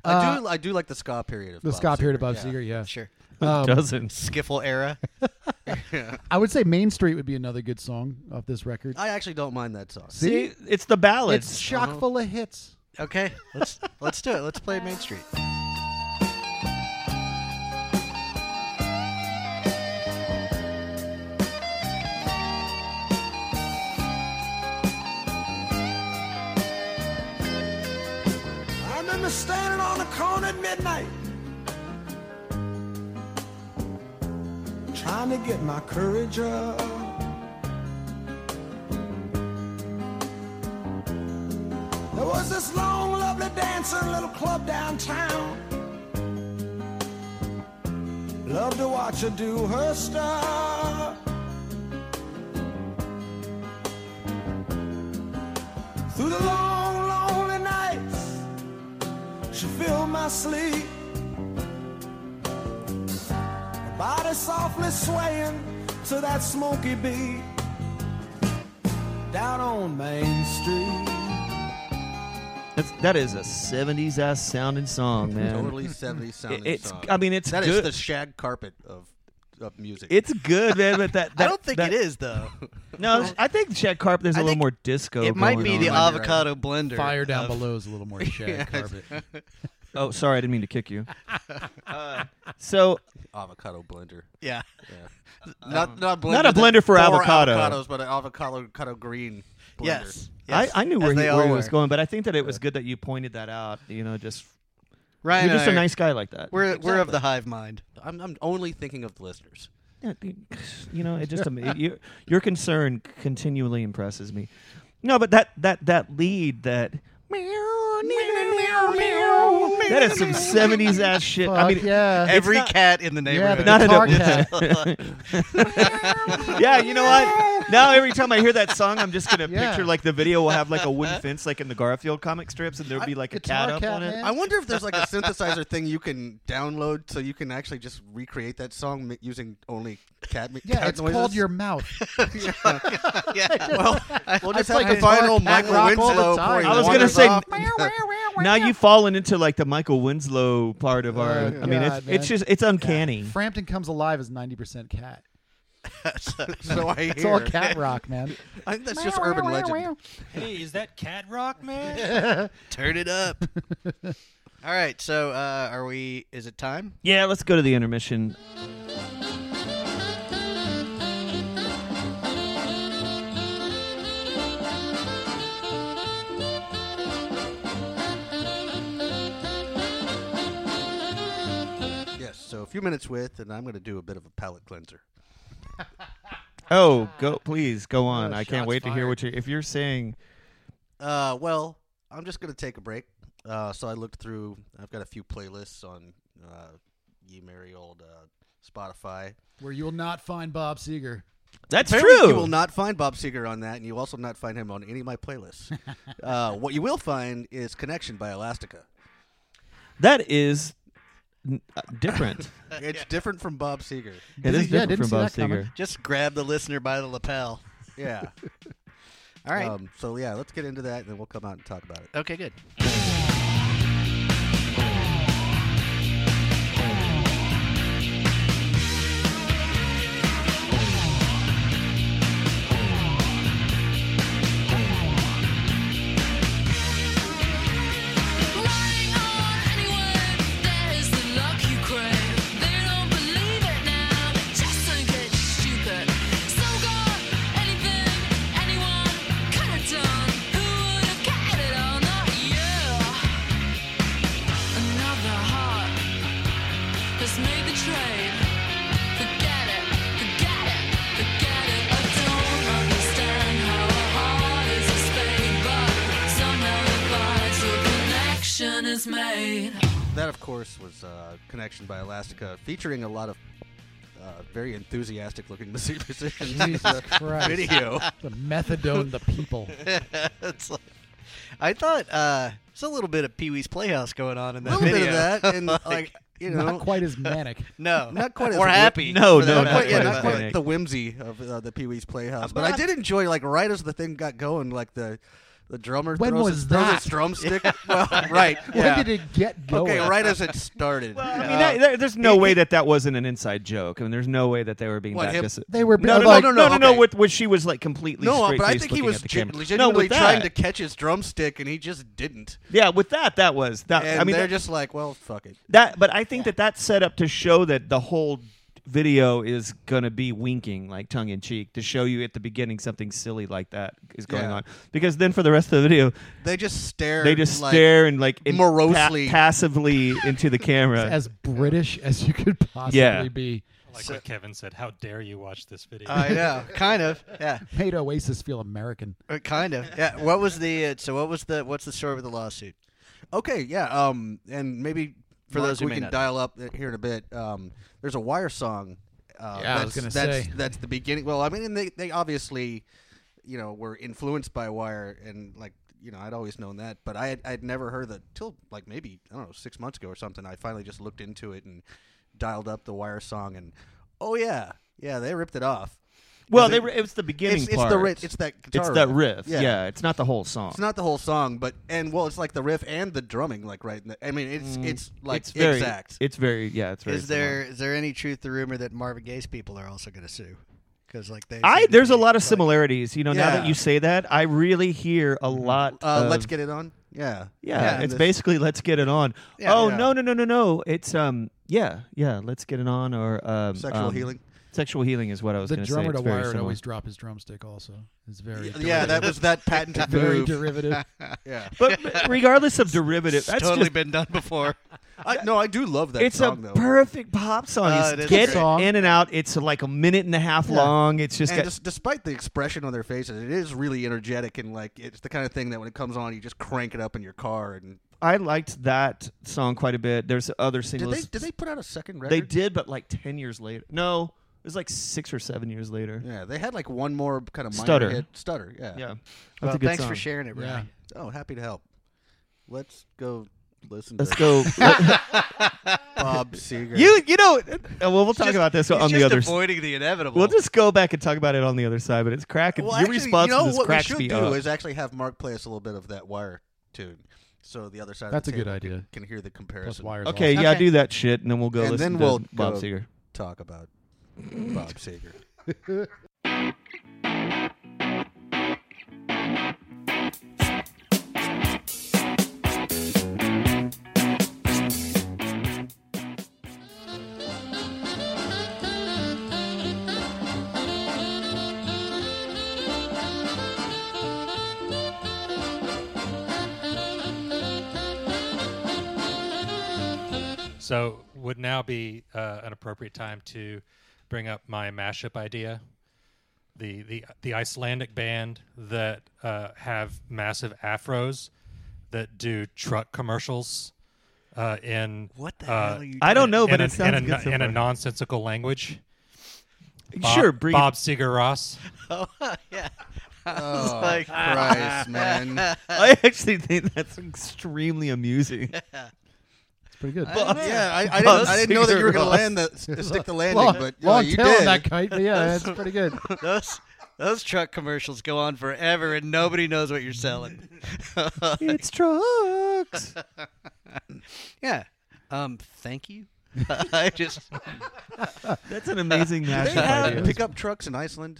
Speaker 2: I
Speaker 3: Uh,
Speaker 2: do. I do like the ska period of
Speaker 4: the
Speaker 2: Bob
Speaker 4: ska period of Bob
Speaker 2: Yeah.
Speaker 4: Seger, yeah.
Speaker 1: sure
Speaker 4: Um,
Speaker 3: Doesn't
Speaker 1: skiffle era.
Speaker 4: I would say Main Street would be another good song off this record.
Speaker 1: Uh,
Speaker 2: I actually don't mind that song.
Speaker 4: See?
Speaker 3: see? It's the ballads.
Speaker 4: It's chock full of hits.
Speaker 1: Okay, let's let's do it. Let's play Main Street.
Speaker 6: I remember standing on the corner at midnight, trying to get my courage up. There was this long, lovely dancer in a little club downtown. Love to watch her do her stuff. Through the long, lonely nights, she filled my sleep. Her body softly swaying to that smoky beat. Down on Main Street.
Speaker 3: That's, that is a '70s ass sounding song, man.
Speaker 2: Totally 70s sounding
Speaker 3: it's-
Speaker 2: song.
Speaker 3: I mean, it's
Speaker 2: That is
Speaker 3: good.
Speaker 2: the shag carpet of, of music.
Speaker 3: It's good, man. But that, that
Speaker 1: I don't think
Speaker 3: that-
Speaker 1: it is though.
Speaker 3: No, I think Jack Carp. There's a
Speaker 1: I
Speaker 3: little
Speaker 1: think
Speaker 3: more disco.
Speaker 1: it might
Speaker 3: going
Speaker 1: be
Speaker 3: on.
Speaker 1: the
Speaker 2: right, right.
Speaker 1: avocado blender.
Speaker 4: Fire down
Speaker 1: of-
Speaker 4: below is a little more shag carpet.
Speaker 3: Oh, sorry, I didn't mean to kick you. uh, so
Speaker 2: avocado blender.
Speaker 1: Yeah.
Speaker 2: Yeah.
Speaker 1: Not not blender.
Speaker 3: not a blender for avocado.
Speaker 2: avocados, but an avocado, avocado green blender.
Speaker 1: Yes. yes,
Speaker 3: I, I knew
Speaker 1: as
Speaker 3: where, he,
Speaker 1: they all
Speaker 3: where he was
Speaker 1: were.
Speaker 3: going, but I think that it was good that you pointed that out. You know, just
Speaker 1: Ryan,
Speaker 3: you're just
Speaker 1: a
Speaker 3: a nice guy like that.
Speaker 1: We're we're of
Speaker 2: Exactly.
Speaker 1: the hive mind.
Speaker 2: I'm, I'm only thinking of the listeners.
Speaker 3: Yeah, you know, it just ama- it- your your concern continually impresses me. No, but that that that lead that that is some seventies ass shit.
Speaker 4: Fuck
Speaker 3: I mean,
Speaker 4: yeah.
Speaker 1: Every
Speaker 3: not-
Speaker 1: cat in the
Speaker 4: yeah, the
Speaker 1: neighborhood.
Speaker 3: Not at
Speaker 4: guitar
Speaker 3: all.
Speaker 4: cat.
Speaker 3: yeah, you know what? Now every time I hear that song, I'm just gonna
Speaker 4: Yeah.
Speaker 3: picture like the video will have like a wooden fence, like in the Garfield comic strips, and there'll be like a
Speaker 4: Guitar
Speaker 3: cat up
Speaker 4: Cat,
Speaker 3: on it.
Speaker 4: man.
Speaker 2: I wonder if there's like a synthesizer thing you can download so you can actually just recreate that song mi- using only cat. mi-
Speaker 4: Yeah,
Speaker 2: cat
Speaker 4: it's
Speaker 2: noises.
Speaker 4: called your mouth.
Speaker 1: well,
Speaker 2: We'll just
Speaker 4: That's
Speaker 2: have the
Speaker 4: like a
Speaker 2: final
Speaker 4: cat
Speaker 2: Michael
Speaker 4: rock all
Speaker 2: Winslow.
Speaker 4: the time.
Speaker 2: before he
Speaker 3: I was gonna
Speaker 2: wanders
Speaker 3: say-
Speaker 2: off.
Speaker 3: Now you've fallen into like the Michael Winslow part of our. I mean, it's,
Speaker 4: Oh, God,
Speaker 3: it's
Speaker 4: man.
Speaker 3: just it's uncanny.
Speaker 4: Frampton comes alive as ninety percent cat.
Speaker 2: so I hear.
Speaker 4: It's all cat rock, man.
Speaker 2: I think that's just urban legend.
Speaker 5: Hey, is that Cat Rock, man?
Speaker 1: turn it up. All right, so uh, are we? Is it time?
Speaker 3: Yeah, let's go to the intermission.
Speaker 2: Yes. So a few minutes with, and I'm going to do a bit of a palate cleanser.
Speaker 3: Oh, go please go on. I can't
Speaker 4: shots
Speaker 3: wait to hear
Speaker 4: fired.
Speaker 3: what you are if you're saying.
Speaker 2: Uh, well, I'm just gonna take a break. Uh, so I looked through. I've got a few playlists on uh, ye merry old uh, Spotify.
Speaker 4: Where you will not find Bob Seger.
Speaker 3: That's
Speaker 2: Apparently
Speaker 3: true.
Speaker 2: You will not find Bob Seger on that, and you will also not find him on any of my playlists. uh, what you will find is "Connection" by Elastica.
Speaker 3: That is n- uh, different.
Speaker 2: It's different from Bob Seger.
Speaker 3: it is
Speaker 4: Yeah,
Speaker 3: different
Speaker 4: didn't
Speaker 3: from
Speaker 4: see
Speaker 3: Bob
Speaker 4: that coming.
Speaker 3: Seger.
Speaker 1: Just grab the listener by the lapel.
Speaker 2: Yeah.
Speaker 1: All
Speaker 3: Oh.
Speaker 1: right.
Speaker 2: Um, so yeah, let's get into that, and then we'll come out and talk about it.
Speaker 1: okay. Good.
Speaker 7: Riding on anyone, there's the luck you crave. They don't believe it now, they just think it's stupid. So gone, anything, anyone could have done. Who would have got it all? Not you. Another heart has made the trade. Forget it, forget it, forget it. I don't understand how a heart is a spade, but somehow it finds a connection is made.
Speaker 2: That, of course, was uh, "Connection" by Elastica, featuring a lot of uh, very enthusiastic-looking musicians. in
Speaker 4: Jesus
Speaker 2: the
Speaker 4: Christ.
Speaker 2: Video.
Speaker 4: The methadone, the people.
Speaker 1: It's like- I thought uh, it's a little bit of Pee Wee's Playhouse going on in that
Speaker 2: a little bit
Speaker 1: video.
Speaker 2: of that, and like, you know,
Speaker 4: Not quite as manic.
Speaker 1: no,
Speaker 2: not quite as
Speaker 1: We're
Speaker 2: whip-
Speaker 1: happy.
Speaker 3: No,
Speaker 1: for that.
Speaker 2: not
Speaker 3: no, not
Speaker 2: quite, yeah,
Speaker 3: quite
Speaker 2: not
Speaker 3: as
Speaker 2: quite
Speaker 3: manic.
Speaker 2: the whimsy of uh, the Pee Wee's Playhouse. But I
Speaker 1: But-
Speaker 2: did enjoy, like, right as the thing got going, like the the drummer
Speaker 4: When
Speaker 2: throws,
Speaker 4: was
Speaker 2: his, throws his
Speaker 4: that?
Speaker 2: drum stick. well, right.
Speaker 4: When
Speaker 2: yeah.
Speaker 4: did it get going?
Speaker 2: okay, right as it started.
Speaker 3: I mean,
Speaker 2: Uh,
Speaker 3: that, there- there's no way that that wasn't an inside joke. I mean, there's no way that they were being
Speaker 2: What,
Speaker 3: that
Speaker 2: him-
Speaker 3: dis-
Speaker 4: They were
Speaker 3: no, no,
Speaker 4: like-
Speaker 3: no, no, no, no,
Speaker 2: okay.
Speaker 3: With, with she was like completely
Speaker 2: no,
Speaker 3: straight
Speaker 2: but I think he was
Speaker 3: the
Speaker 2: gen-
Speaker 3: camera. no,
Speaker 2: genuinely
Speaker 3: with
Speaker 2: trying
Speaker 3: that,
Speaker 2: to catch his drum stick, and he just didn't.
Speaker 3: Yeah, with that, that was that.
Speaker 2: And
Speaker 3: I mean,
Speaker 2: they're
Speaker 3: that,
Speaker 2: just like, well, fuck it.
Speaker 3: that. But I think that that's set up to show that the whole video is gonna be winking, like tongue in cheek, to show you at the beginning something silly like that is going
Speaker 2: Yeah.
Speaker 3: on. Because then for the rest of the video,
Speaker 2: They just stare.
Speaker 3: they just
Speaker 2: like,
Speaker 3: stare and like in- pa-
Speaker 2: morosely.
Speaker 3: passively into the camera.
Speaker 4: As British as you could possibly
Speaker 3: Yeah.
Speaker 4: be.
Speaker 5: Like what Kevin said, how dare you watch this video?
Speaker 1: I know, kind of, yeah,
Speaker 4: Made Oasis feel American.
Speaker 1: Uh, kind of, yeah. What was the uh, so? What was the what's the story with the lawsuit?
Speaker 2: Okay, yeah. Um, and maybe
Speaker 1: For
Speaker 2: Mark,
Speaker 1: those who
Speaker 2: we
Speaker 1: may
Speaker 2: can
Speaker 1: not know.
Speaker 2: dial up uh, here in a bit. Um, there's a Wire song. Uh,
Speaker 4: Yeah, I
Speaker 2: that's,
Speaker 4: was gonna
Speaker 2: that's,
Speaker 4: say.
Speaker 2: that's the beginning. Well, I mean, and they they obviously, you know, were influenced by Wire, and like you know, I'd always known that, but I had, I'd never heard that till like maybe I don't know six months ago or something. I finally just looked into it and dialed up the Wire song, and oh yeah, yeah, they ripped it off.
Speaker 3: Well,
Speaker 2: Is
Speaker 3: they,
Speaker 2: it-
Speaker 3: were- it was the beginning
Speaker 2: it's, it's
Speaker 3: part.
Speaker 2: the riff. It's that guitar.
Speaker 3: It's that riff.
Speaker 2: Yeah.
Speaker 3: Yeah. it's not the whole song.
Speaker 2: It's not the whole song, but and well, it's like the riff and the drumming, like right. In the, I mean, it's
Speaker 1: Mm,
Speaker 2: it's like
Speaker 3: It's very
Speaker 2: exact.
Speaker 3: It's very yeah. It's very.
Speaker 1: Is there is there any truth to rumor that Marvin Gaye's people are also going to sue? Because like they,
Speaker 3: I
Speaker 1: seem to
Speaker 3: there's a
Speaker 1: be,
Speaker 3: lot of
Speaker 1: like-
Speaker 3: similarities. You know, now that
Speaker 2: Yeah.
Speaker 3: you say that, I really hear a lot.
Speaker 2: Uh,
Speaker 3: of,
Speaker 2: let's get it on. Yeah.
Speaker 3: Yeah, it's
Speaker 2: this-
Speaker 3: basically let's get it on.
Speaker 2: Yeah,
Speaker 3: oh
Speaker 2: yeah.
Speaker 3: no no no no no! It's um yeah yeah let's get it on or um,
Speaker 2: Sexual
Speaker 3: um,
Speaker 2: healing.
Speaker 3: Sexual healing is what I was
Speaker 4: the
Speaker 3: going to say.
Speaker 4: drummer to
Speaker 3: It's very
Speaker 4: Wired
Speaker 3: similar.
Speaker 4: always drop his drumstick. Also, it's very
Speaker 2: Yeah, yeah, that was that patented
Speaker 4: very
Speaker 2: move.
Speaker 4: derivative.
Speaker 2: yeah.
Speaker 3: But but regardless of derivative, that's
Speaker 1: totally
Speaker 3: just,
Speaker 1: been done before.
Speaker 2: I, no, I do love that
Speaker 3: it's
Speaker 2: song
Speaker 3: a
Speaker 2: though.
Speaker 3: perfect pop song.
Speaker 1: Uh,
Speaker 3: It's
Speaker 1: it is
Speaker 3: get
Speaker 1: great.
Speaker 4: Song.
Speaker 3: in and out. It's like a minute and a half long. It's just
Speaker 2: and
Speaker 3: got,
Speaker 2: just, despite the expression on their faces, it is really energetic and like it's the kind of thing that when it comes on, you just crank it up in your car. And
Speaker 3: I liked that song quite a bit. There's other
Speaker 2: did
Speaker 3: singles.
Speaker 2: they did they put out a second record?
Speaker 3: They did, but like ten years later. No, it was like six or seven years later.
Speaker 2: Yeah, they had like one more kind of minor
Speaker 3: Stutter.
Speaker 2: hit. Stutter. Yeah.
Speaker 3: Yeah. That's
Speaker 1: Well,
Speaker 3: a good
Speaker 1: thanks for
Speaker 3: song.
Speaker 1: sharing it,
Speaker 4: yeah.
Speaker 1: Brian.
Speaker 2: Oh, happy to help. Let's go listen.
Speaker 3: Let's
Speaker 2: to
Speaker 3: go. Let-
Speaker 2: Bob Seger.
Speaker 3: you you know. uh, Well, we'll talk
Speaker 1: Just-
Speaker 3: about this
Speaker 1: he's
Speaker 3: on the
Speaker 1: just
Speaker 3: other. s-
Speaker 1: avoiding the inevitable.
Speaker 3: We'll just go back and talk about it on the other side. But it's cracking.
Speaker 2: Well,
Speaker 3: Your
Speaker 2: actually,
Speaker 3: response
Speaker 2: you know
Speaker 3: to this
Speaker 2: what
Speaker 3: cracks
Speaker 2: we should
Speaker 3: me
Speaker 2: do
Speaker 3: up.
Speaker 2: is actually have Mark play us a little bit of that Wire tune, so the other side.
Speaker 4: That's a
Speaker 2: of the
Speaker 4: good
Speaker 2: table
Speaker 4: idea.
Speaker 2: Can hear the comparison.
Speaker 4: Plus, Wired's
Speaker 3: okay,
Speaker 4: awesome.
Speaker 3: yeah,
Speaker 1: Okay.
Speaker 3: do that shit, and then we'll go
Speaker 2: And
Speaker 3: listen
Speaker 2: then
Speaker 3: to
Speaker 2: we'll
Speaker 3: Bob
Speaker 2: go-
Speaker 3: Seger.
Speaker 2: Talk about Bob Seger.
Speaker 5: So would now be uh, an appropriate time to bring up my mashup idea. The the the Icelandic band that uh, have massive afros that do truck commercials uh, in
Speaker 1: what the
Speaker 5: uh,
Speaker 1: hell are you?
Speaker 3: I don't
Speaker 1: doing?
Speaker 3: know, Oh, but
Speaker 5: in
Speaker 3: it
Speaker 5: a, in a,
Speaker 3: sounds good. so
Speaker 5: in a
Speaker 3: far.
Speaker 5: nonsensical language. Bob,
Speaker 3: sure, bring
Speaker 5: Bob Seger Ross.
Speaker 1: yeah.
Speaker 2: Oh,
Speaker 1: like-
Speaker 2: Christ, man!
Speaker 3: I actually think that's extremely amusing.
Speaker 4: It's pretty good.
Speaker 1: But-
Speaker 2: yeah, I, I,
Speaker 3: Bob
Speaker 2: didn't, I didn't know that you were going
Speaker 3: Seger
Speaker 2: to land the s- stick the landing,
Speaker 4: long
Speaker 2: but yeah,
Speaker 4: long
Speaker 2: you
Speaker 4: tail
Speaker 2: did.
Speaker 4: on that kite, but yeah, that's pretty good.
Speaker 1: Those those truck commercials go on forever, and nobody knows what you're selling.
Speaker 3: it's trucks.
Speaker 1: yeah. Um. Thank you. I just
Speaker 3: That's an amazing
Speaker 2: Do
Speaker 3: mashup
Speaker 2: they have
Speaker 3: idea.
Speaker 2: pickup trucks in Iceland?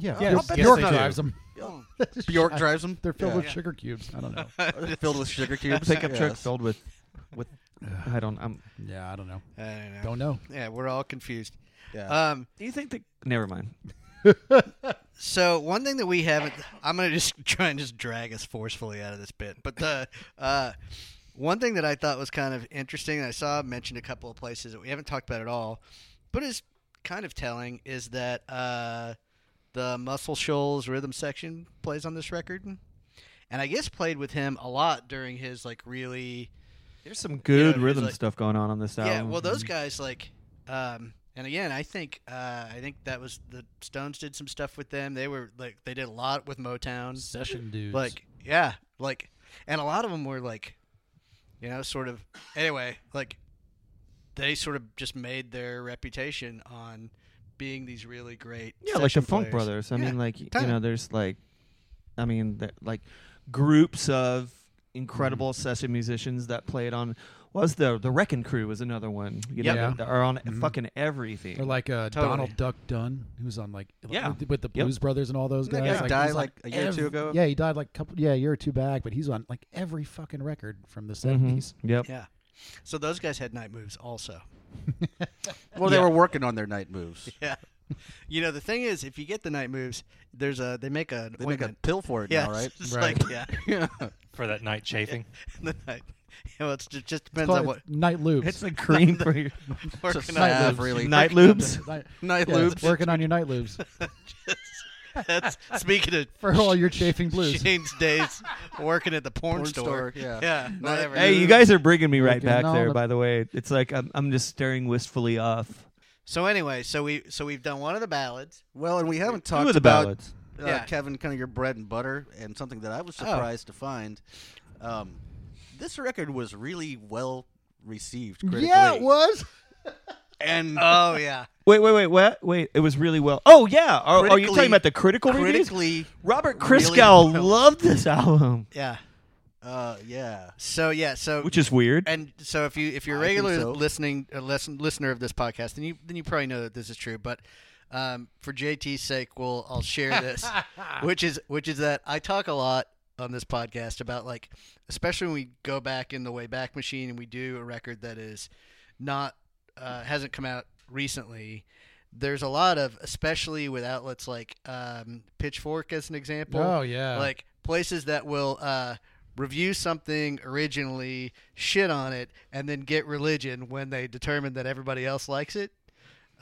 Speaker 4: Yeah,
Speaker 3: Yes,
Speaker 4: Bjork,
Speaker 3: yes,
Speaker 4: Bjork
Speaker 3: they do.
Speaker 4: drives them.
Speaker 2: Bjork drives them.
Speaker 4: They're filled
Speaker 2: Yeah.
Speaker 4: with sugar cubes. I don't know.
Speaker 2: filled with sugar cubes.
Speaker 3: Pickup truck
Speaker 2: Yes.
Speaker 3: filled with with. I don't. um, I'm.
Speaker 4: Yeah, I don't know.
Speaker 1: I don't know.
Speaker 4: Don't know.
Speaker 1: Yeah, we're all confused.
Speaker 2: Yeah.
Speaker 1: Um.
Speaker 3: Do you think that? Never mind.
Speaker 1: So one thing that we haven't, I'm gonna just try and just drag us forcefully out of this bit. But the uh, one thing that I thought was kind of interesting, and I saw mentioned a couple of places that we haven't talked about at all, but is kind of telling, is that uh, the Muscle Shoals rhythm section plays on this record, and I guess played with him a lot during his like really
Speaker 3: There's some good
Speaker 1: it's
Speaker 3: rhythm
Speaker 1: like-
Speaker 3: stuff going on on this album. Mm-hmm.
Speaker 1: yeah, well, those guys like, um, and again, I think uh, I think that was the Stones did some stuff with them. They were like they did a lot with Motown,
Speaker 4: Session dudes.
Speaker 1: like yeah, like, and a lot of them were like, you know, sort of anyway, like they sort of just made their reputation on being these really great
Speaker 3: yeah, like the
Speaker 1: session
Speaker 3: Funk
Speaker 1: players.
Speaker 3: Brothers. I
Speaker 1: Yeah,
Speaker 3: mean, like y- you
Speaker 1: totally.
Speaker 3: know, there's like, I mean, th- like groups of incredible session musicians that played on. Was the the Wrecking Crew was another one. You
Speaker 1: Yep.
Speaker 3: know,
Speaker 4: Yeah.
Speaker 3: that are on fucking everything.
Speaker 4: Or like uh,
Speaker 1: Totally.
Speaker 4: Donald Duck Dunn, who was on like
Speaker 3: Yeah.
Speaker 4: with, with the Blues Brothers and all those
Speaker 2: Didn't
Speaker 4: guys.
Speaker 2: that guy
Speaker 4: like,
Speaker 2: die,
Speaker 4: he's
Speaker 2: like, uh, a
Speaker 4: on
Speaker 2: year or two
Speaker 4: ev-
Speaker 2: ago?
Speaker 4: Yeah, he died like couple, yeah, a year or two back, but he's on like every fucking record from the
Speaker 3: Mhm.
Speaker 4: 70s.
Speaker 3: Yep.
Speaker 1: yeah. So those guys had night moves also.
Speaker 2: Well, they were working on their night moves.
Speaker 1: Yeah. You know the thing is, if you get the night moves, there's a they make a
Speaker 2: They make a pill for it
Speaker 1: yeah,
Speaker 2: now, right?
Speaker 1: it's
Speaker 4: Right.
Speaker 1: like, yeah.
Speaker 5: for that night chafing.
Speaker 1: the night. You know, it's, it just depends
Speaker 4: Call
Speaker 1: on
Speaker 4: it
Speaker 1: what
Speaker 4: Night loops.
Speaker 3: It's the cream for your
Speaker 1: working
Speaker 2: Nah,
Speaker 1: on.
Speaker 4: loops.
Speaker 2: really.
Speaker 3: night loops.
Speaker 4: night,
Speaker 2: Night
Speaker 4: yeah,
Speaker 2: loops.
Speaker 4: Working on your night loops.
Speaker 1: That's, speaking of
Speaker 4: For all your chafing blues.
Speaker 1: Shane's days working at the porn,
Speaker 2: Porn
Speaker 1: store.
Speaker 2: store, yeah.
Speaker 1: yeah, whatever.
Speaker 3: Hey, you guys are bringing me right
Speaker 4: Looking
Speaker 3: back
Speaker 4: all
Speaker 3: there.
Speaker 4: up.
Speaker 3: By the way, it's like I'm, I'm just staring wistfully off.
Speaker 1: So anyway, so we so we've done one of the ballads.
Speaker 2: Well, and we haven't
Speaker 3: Two
Speaker 2: talked
Speaker 3: of the
Speaker 2: about
Speaker 3: ballads.
Speaker 2: uh,
Speaker 1: Yeah.
Speaker 2: Kevin, kind of your bread and butter, and something that I was surprised to find. Um, this record was really well received critically.
Speaker 4: Yeah, it was.
Speaker 2: and
Speaker 1: Oh yeah,
Speaker 3: Wait, wait, wait, what? Wait, it was really well. Oh yeah. Are, are you
Speaker 2: Critically-
Speaker 3: talking about the critical reviews?
Speaker 2: critically,
Speaker 3: Robert
Speaker 2: really
Speaker 3: Christgau
Speaker 2: well.
Speaker 3: loved this album,
Speaker 1: yeah.
Speaker 2: uh, yeah,
Speaker 1: So yeah, so
Speaker 3: which is weird.
Speaker 1: and so if you if you're a
Speaker 2: I think
Speaker 1: regular
Speaker 2: so.
Speaker 1: listening uh, listen, listener of this podcast, then you then you probably know that this is true. But um, for JT's sake, we'll I'll share this, which is which is that I talk a lot on this podcast about like, especially when we go back in the way back machine and we do a record that is not uh, hasn't come out recently. There's a lot of, especially with outlets like um, Pitchfork as an example
Speaker 4: Oh, yeah.
Speaker 1: like places that will uh, review something originally, shit on it, and then get religion when they determine that everybody else likes it.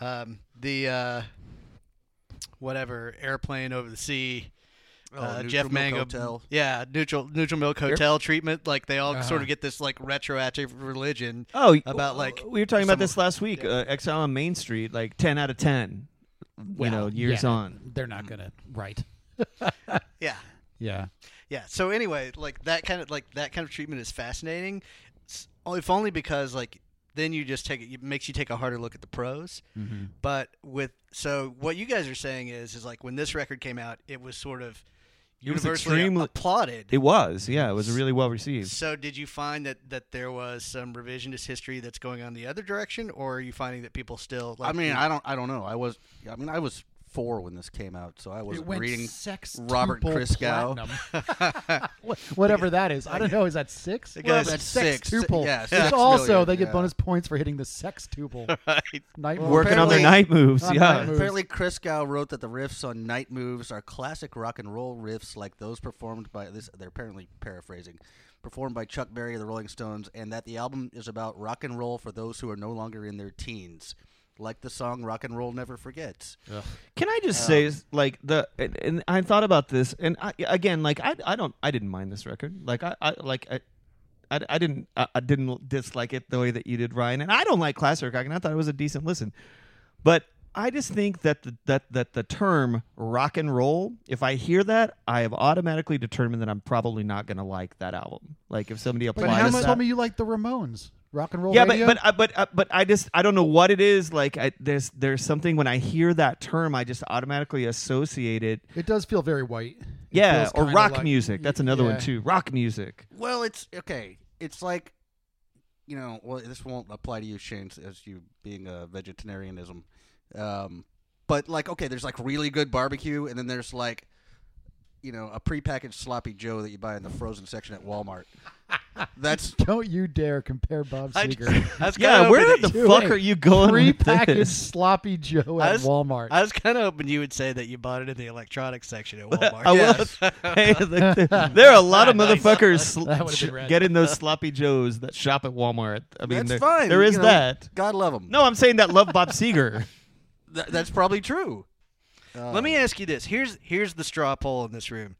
Speaker 1: Um, the uh, whatever airplane over the sea. uh,
Speaker 2: Oh, Neutral
Speaker 1: Jeff
Speaker 2: Milk
Speaker 1: Mangum,
Speaker 2: Hotel. Uh-huh.
Speaker 1: yeah, neutral neutral milk hotel treatment. Like they all sort of get this like retroactive religion.
Speaker 3: Oh, y-
Speaker 1: about, like,
Speaker 3: we were talking about
Speaker 1: some-
Speaker 3: this last week. Uh, Exile on Main Street, like ten out of ten.
Speaker 4: Well,
Speaker 3: you know, years
Speaker 4: yeah.
Speaker 3: on.
Speaker 4: They're not gonna write.
Speaker 1: Yeah,
Speaker 4: Yeah.
Speaker 1: Yeah. So anyway, like that kind of like that kind of treatment is fascinating, s- if only because like then you just take it, it makes you take a harder look at the pros.
Speaker 3: Mm-hmm.
Speaker 1: But with so what you guys are saying is is like when this record came out, it was sort of
Speaker 3: It was
Speaker 1: universally
Speaker 3: extremely-
Speaker 1: applauded.
Speaker 3: It was, yeah, it was really well received.
Speaker 1: so did you find that that there was some revisionist history that's going on the other direction, or are you finding that people still? Like,
Speaker 2: I mean, I don't, I don't know. I was, I mean, I was four when this came out, so I was
Speaker 4: It went
Speaker 2: reading
Speaker 4: sex
Speaker 2: Robert Christgau.
Speaker 4: Whatever that is. I don't know. Is that six?
Speaker 1: The
Speaker 4: Well,
Speaker 1: guy's
Speaker 4: that's
Speaker 2: six.
Speaker 4: sextuple.
Speaker 2: Yeah,
Speaker 4: It's
Speaker 2: six
Speaker 4: also
Speaker 2: million,
Speaker 4: they get
Speaker 2: yeah.
Speaker 4: bonus points for hitting the sextuple.
Speaker 1: Right.
Speaker 4: Night
Speaker 2: Well,
Speaker 3: Working on their
Speaker 2: apparently-
Speaker 3: night moves,
Speaker 4: on
Speaker 3: yeah.
Speaker 4: night moves.
Speaker 2: Apparently, Chris Gow wrote that the riffs on Night Moves are classic rock and roll riffs like those performed by this. They're apparently paraphrasing, performed by Chuck Berry of the Rolling Stones, and that the album is about rock and roll for those who are no longer in their teens, like the song "Rock and Roll Never Forgets."
Speaker 3: Can I just say, like the, and, and I thought about this, and I, again, like I, I don't, I didn't mind this record. Like I, I like I, I, I didn't, I, I didn't dislike it the way that you did, Ryan. And I don't like classic rock, and I thought it was a decent listen, but I just think that the, that that the term rock and roll, if I hear that, I have automatically determined that I'm probably not going to like that album. Like if somebody
Speaker 4: But
Speaker 3: applies
Speaker 4: how
Speaker 3: that,
Speaker 4: much told me you like the Ramones? Rock and roll
Speaker 3: yeah,
Speaker 4: radio?
Speaker 3: but but uh, but uh, but I just I don't know what it is. Like I, there's there's something when I hear that term, I just automatically associate it.
Speaker 4: it does feel very white. It
Speaker 3: Yeah,
Speaker 4: feels
Speaker 3: or
Speaker 4: kinda
Speaker 3: rock
Speaker 4: like-
Speaker 3: music. That's another
Speaker 4: yeah.
Speaker 3: one too. Rock music.
Speaker 2: Well, it's okay. It's like, you know, well, this won't apply to you, Shane, as you being a vegetarianism. Um, but like, okay, there's like really good barbecue, and then there's like, you know, a prepackaged sloppy Joe that you buy in the frozen section at Walmart. That's
Speaker 4: Don't you dare compare Bob
Speaker 1: I,
Speaker 4: Seger.
Speaker 1: I was kinda
Speaker 3: Yeah, where
Speaker 1: hoping
Speaker 3: the
Speaker 1: that
Speaker 4: you-
Speaker 3: fuck
Speaker 4: Wait,
Speaker 3: are you going with
Speaker 4: Prepackaged
Speaker 3: this?
Speaker 4: sloppy Joe
Speaker 1: I
Speaker 4: at
Speaker 1: was-
Speaker 4: Walmart.
Speaker 1: I was kind of hoping you would say that you bought it in the electronics section at Walmart.
Speaker 3: I was. Hey, look, there- there are a lot of
Speaker 1: Nice.
Speaker 3: motherfuckers
Speaker 4: That
Speaker 3: sl-
Speaker 4: would've been rad.
Speaker 3: getting those sloppy joes that shop at Walmart. I mean,
Speaker 2: that's
Speaker 3: there-
Speaker 2: fine.
Speaker 3: There
Speaker 2: you
Speaker 3: is
Speaker 2: know,
Speaker 3: that.
Speaker 2: God love them.
Speaker 3: No, I'm saying that love Bob Seger.
Speaker 2: that's probably true. Uh,
Speaker 1: Let me ask you this. Here's here's the straw poll in this room.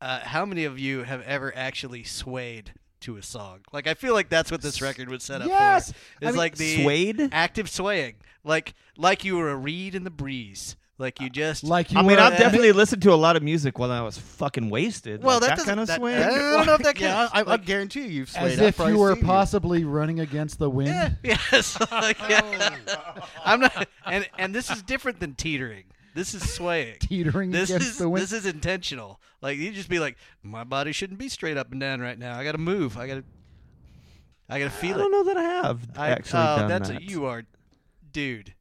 Speaker 1: Uh, how many of you have ever actually swayed to a song? Like I feel like that's what this record was set up
Speaker 4: Yes!
Speaker 1: for.
Speaker 4: I
Speaker 1: It's
Speaker 4: mean-
Speaker 1: like the
Speaker 3: Swayed?
Speaker 1: active swaying, like like you were a reed in the breeze, like you just
Speaker 4: like you
Speaker 3: I mean,
Speaker 4: were-
Speaker 3: I've definitely listened to a lot of music while I was fucking wasted.
Speaker 1: Well, that
Speaker 3: Like, that,
Speaker 1: doesn't-
Speaker 3: kind of
Speaker 1: that-
Speaker 3: swing.
Speaker 1: that- I don't know if that counts.
Speaker 2: I,
Speaker 1: Like-
Speaker 2: I guarantee you, you've swayed.
Speaker 4: as
Speaker 2: I've
Speaker 4: if
Speaker 2: probably
Speaker 4: you were
Speaker 2: seen you. Eh.
Speaker 4: possibly running against the wind.
Speaker 1: yes. like, yeah. I'm not, and and this is different than teetering. This is swaying.
Speaker 4: Teetering
Speaker 1: This
Speaker 4: against
Speaker 1: is
Speaker 4: the wind.
Speaker 1: this is intentional. Like you just be like, my body shouldn't be straight up and down right now. I gotta move. I gotta, I gotta feel
Speaker 3: I
Speaker 1: it.
Speaker 3: don't know that I have
Speaker 1: I,
Speaker 3: actually
Speaker 1: oh,
Speaker 3: done
Speaker 1: that's
Speaker 3: that.
Speaker 1: A, you are, dude.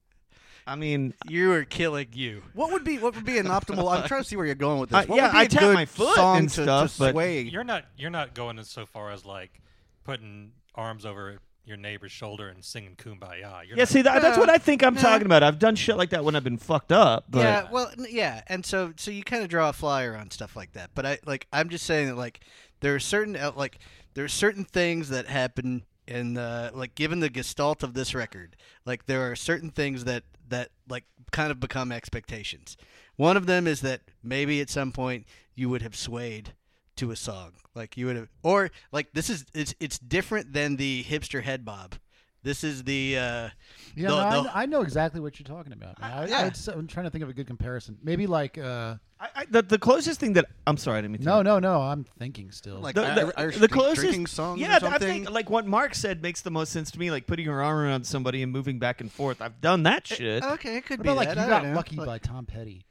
Speaker 3: I mean,
Speaker 1: You are killing you.
Speaker 2: What would be what would be an optimal? I'm trying to see where you're going with this.
Speaker 3: I-
Speaker 2: What
Speaker 3: yeah,
Speaker 2: would be
Speaker 3: I
Speaker 2: a
Speaker 3: tap
Speaker 2: good
Speaker 3: my foot
Speaker 2: song
Speaker 3: and
Speaker 2: to,
Speaker 3: stuff,
Speaker 2: to
Speaker 3: but-
Speaker 2: sway?
Speaker 5: You're not you're not going as so far as like putting arms over your neighbor's shoulder and singing "Kumbaya." You're
Speaker 3: yeah.
Speaker 5: not-
Speaker 3: See, that, that's what I think I'm talking about. I've done shit like that when I've been fucked up. But
Speaker 1: yeah, well, n- yeah, and so so you kind of draw a flyer on stuff like that. But I like I'm just saying that like there are certain out like there are certain things that happen in the like given the gestalt of this record, like there are certain things that that like kind of become expectations. One of them is that maybe at some point you would have swayed to a song, like you would have, or like this is it's it's different than the hipster head bob. This is the uh,
Speaker 4: Yeah,
Speaker 1: the-
Speaker 4: no, I
Speaker 1: the-
Speaker 4: kn- I, know exactly what you're talking about. Man. I,
Speaker 1: yeah.
Speaker 4: I, am trying to think of a good comparison. Maybe like, uh,
Speaker 3: I, I, the, the closest thing that I'm sorry, I didn't mean to
Speaker 4: no, no, no. I'm thinking still.
Speaker 2: Like
Speaker 1: Uh,
Speaker 3: The, the,
Speaker 2: Ir- Irish
Speaker 3: the
Speaker 2: drink-
Speaker 3: closest
Speaker 2: drinking song
Speaker 3: yeah,
Speaker 2: or
Speaker 3: th- I
Speaker 2: something.
Speaker 3: think like what Mark said makes the most sense to me. Like putting your arm around somebody and moving back and forth. I've done that shit.
Speaker 1: Eh, okay, it could
Speaker 4: what
Speaker 1: be
Speaker 4: about like
Speaker 1: that. I
Speaker 4: you
Speaker 1: don't
Speaker 4: got
Speaker 1: know.
Speaker 4: lucky
Speaker 1: Like-
Speaker 4: by Tom Petty?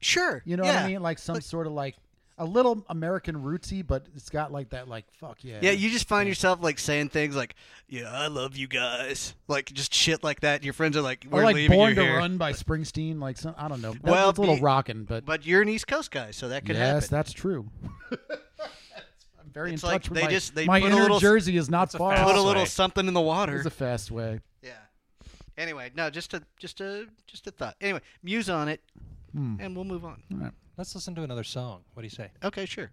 Speaker 1: sure,
Speaker 4: You know
Speaker 1: yeah.
Speaker 4: what I mean? Like some sort of like a little American rootsy, but it's got like that like fuck yeah.
Speaker 1: Yeah, you just find yourself like saying things like, "Yeah, I love you guys," like just shit like that. And your friends are like,
Speaker 4: or
Speaker 1: "We're
Speaker 4: like
Speaker 1: leaving
Speaker 4: Born
Speaker 1: you
Speaker 4: to
Speaker 1: here."
Speaker 4: Run by Springsteen. Like some, I don't know. That-
Speaker 1: Well,
Speaker 4: that's a little
Speaker 1: be-
Speaker 4: rocking, but,
Speaker 1: But you're an East Coast guy, so that could
Speaker 4: yes,
Speaker 1: happen.
Speaker 4: that's true. I'm very
Speaker 1: It's
Speaker 4: in
Speaker 1: like
Speaker 4: touch with
Speaker 1: they
Speaker 4: my,
Speaker 1: just- they
Speaker 4: my
Speaker 1: put a
Speaker 4: inner
Speaker 1: little-
Speaker 4: Jersey is not
Speaker 5: It's a
Speaker 4: far.
Speaker 5: fast
Speaker 4: off.
Speaker 1: Put a little
Speaker 5: Right.
Speaker 1: something in the water.
Speaker 4: It's a fast way.
Speaker 1: yeah. Anyway, no, just a just a just a thought. Anyway, muse on it,
Speaker 4: Hmm.
Speaker 1: and we'll move on.
Speaker 5: Let's listen to another song. What do you say?
Speaker 1: Okay, sure.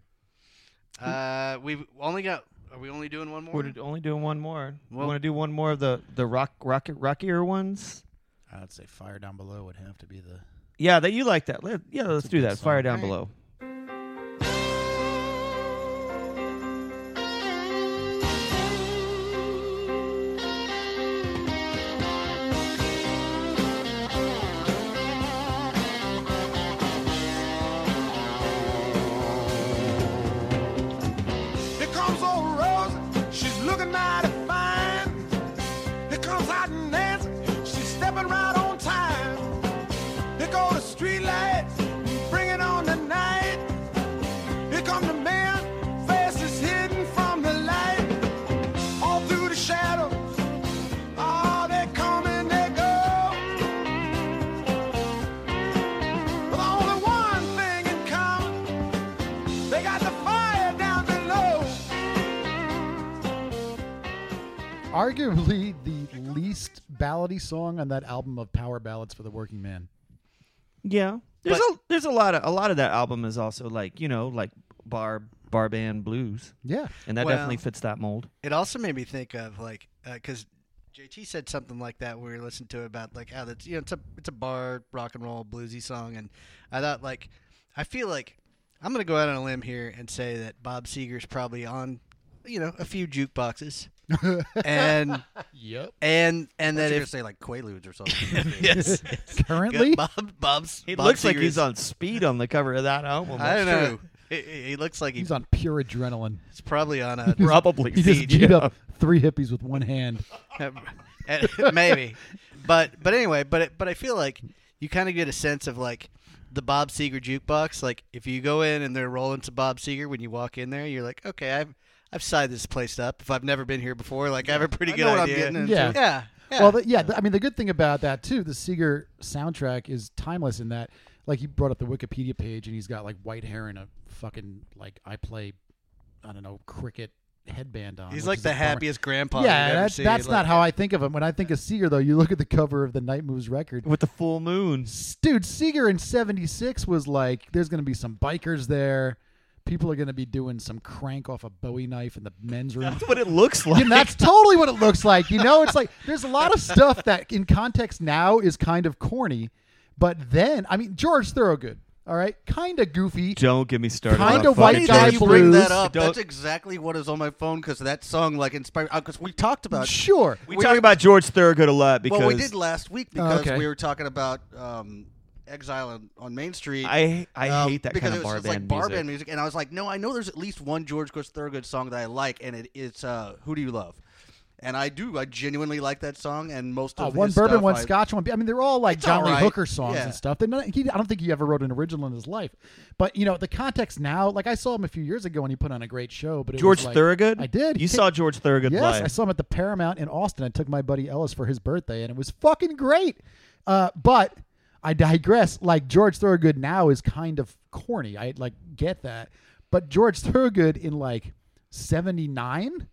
Speaker 4: Hmm.
Speaker 1: Uh, we've only got. Are we only doing one more?
Speaker 3: We're only doing one more.
Speaker 1: Well-
Speaker 3: we want to do one more of the the rock, rock rockier ones.
Speaker 4: I'd say Fire Down Below would have to be the.
Speaker 3: Yeah, that you like that. Let- yeah, let's do that. Fire down
Speaker 1: All right.
Speaker 3: below.
Speaker 6: Here comes old Rosie, she's looking mighty fine. Here comes out Nancy, she's stepping right on time. Here go the streetlights, bring it on the night. Here come the man, face is hidden from the light. All through the shadows, oh, they come and they go. But only one thing in common. They got the fire down below.
Speaker 4: Arguably the least ballady song on that album of power ballads for the working man.
Speaker 3: Yeah, there's a there's a lot of a lot of that album is also like you know like bar bar band blues,
Speaker 4: Yeah.
Speaker 3: and that
Speaker 1: Well-
Speaker 3: definitely fits that mold.
Speaker 1: It also made me think of like uh, because JT said something like that when we were listening to it about like how that's you know it's a it's a bar rock and roll bluesy song, and I thought like I feel like I'm gonna go out on a limb here and say that Bob Seger's probably on you know a few jukeboxes, and
Speaker 4: Yep.
Speaker 1: and and
Speaker 2: That
Speaker 1: that
Speaker 2: you gonna
Speaker 1: if
Speaker 2: say like Quaaludes or something.
Speaker 1: yes,
Speaker 4: Currently,
Speaker 1: Bob Bob's
Speaker 3: It
Speaker 1: Bob
Speaker 3: looks like
Speaker 1: Seger
Speaker 3: he's
Speaker 1: is-
Speaker 3: on speed on the cover of that album.
Speaker 1: I don't
Speaker 3: That's
Speaker 1: know.
Speaker 3: true.
Speaker 1: He, he- he looks like
Speaker 4: he's
Speaker 1: he's,
Speaker 4: on pure adrenaline.
Speaker 1: probably on a
Speaker 3: Probably
Speaker 4: He just
Speaker 3: speed,
Speaker 4: beat
Speaker 3: yeah.
Speaker 4: up three hippies with one hand.
Speaker 1: And- Eh, maybe but but anyway but it, but i feel like you kind of get a sense of like the bob seger jukebox like if you go in and they're rolling to bob seger when you walk in there you're like okay i've i've sized this place up if i've never been here before like i have a pretty
Speaker 2: I
Speaker 1: good
Speaker 2: know what I'm
Speaker 1: idea
Speaker 2: getting into.
Speaker 4: Yeah.
Speaker 1: yeah yeah
Speaker 4: Well, the, yeah, the, I mean, the good thing about that too, the Seeger soundtrack is timeless in that, like, you brought up the Wikipedia page, and he's got like white hair and a fucking like I play, I don't know, cricket headband on.
Speaker 1: he's
Speaker 4: which
Speaker 1: like
Speaker 4: is
Speaker 1: the
Speaker 4: a bummer.
Speaker 1: happiest grandpa
Speaker 4: Yeah,
Speaker 1: you've ever
Speaker 4: that,
Speaker 1: seen.
Speaker 4: that's
Speaker 1: Like,
Speaker 4: not how I think of him. When I think of Seeger, though, you look at the cover of the Night Moves record.
Speaker 3: with the full moon.
Speaker 4: S- Dude, Seeger in '76 was like, there's going to be some bikers there. People are going to be doing some crank off a Bowie knife in the men's room.
Speaker 3: That's what it looks like.
Speaker 4: And that's totally what it looks like. You know, it's like there's a lot of stuff that in context now is kind of corny, but then I mean George Thorogood, all right, kind of goofy.
Speaker 3: Don't get me started.
Speaker 4: Kinda
Speaker 3: on fucking
Speaker 4: white
Speaker 1: Funny
Speaker 4: guy
Speaker 1: that you bring
Speaker 4: blues.
Speaker 1: that up.
Speaker 2: That's exactly what is on my phone because that song like inspired.
Speaker 1: uh,
Speaker 2: Because we talked about
Speaker 4: Sure,
Speaker 3: We, talk about George Thorogood a lot because
Speaker 2: well, we did last week because
Speaker 4: Oh, okay.
Speaker 2: we were talking about um, Exile on, on Main Street.
Speaker 3: I I
Speaker 2: um,
Speaker 3: hate that
Speaker 2: because
Speaker 3: kind of
Speaker 2: it was
Speaker 3: bar
Speaker 2: just
Speaker 3: band
Speaker 2: like bar
Speaker 3: music.
Speaker 2: band music, and I was like, no, I know there's at least one George Chris Thorogood song that I like, and it, it's uh, "Who Do You Love," and I do. I genuinely like that song, and most
Speaker 4: Uh,
Speaker 2: of
Speaker 4: one
Speaker 2: his
Speaker 4: bourbon,
Speaker 2: stuff
Speaker 4: one
Speaker 2: I-
Speaker 4: scotch, one. be- I mean, they're all like
Speaker 2: It's
Speaker 4: John
Speaker 2: all
Speaker 4: Lee
Speaker 2: right.
Speaker 4: Hooker songs
Speaker 2: Yeah.
Speaker 4: and stuff. They're not, he, I don't think he ever wrote an original in his life, but you know the context now. Like I saw him a few years ago, and he put on a great show. But it
Speaker 3: George
Speaker 4: was like,
Speaker 3: Thorogood.
Speaker 4: I did.
Speaker 3: You
Speaker 4: He-
Speaker 3: saw George Thorogood
Speaker 4: yes,
Speaker 3: live.
Speaker 4: I saw him at the Paramount in Austin. I took my buddy Ellis for his birthday, and it was fucking great. Uh, but I digress. Like George Thorogood now is kind of corny. I like get that, but George Thorogood in like '79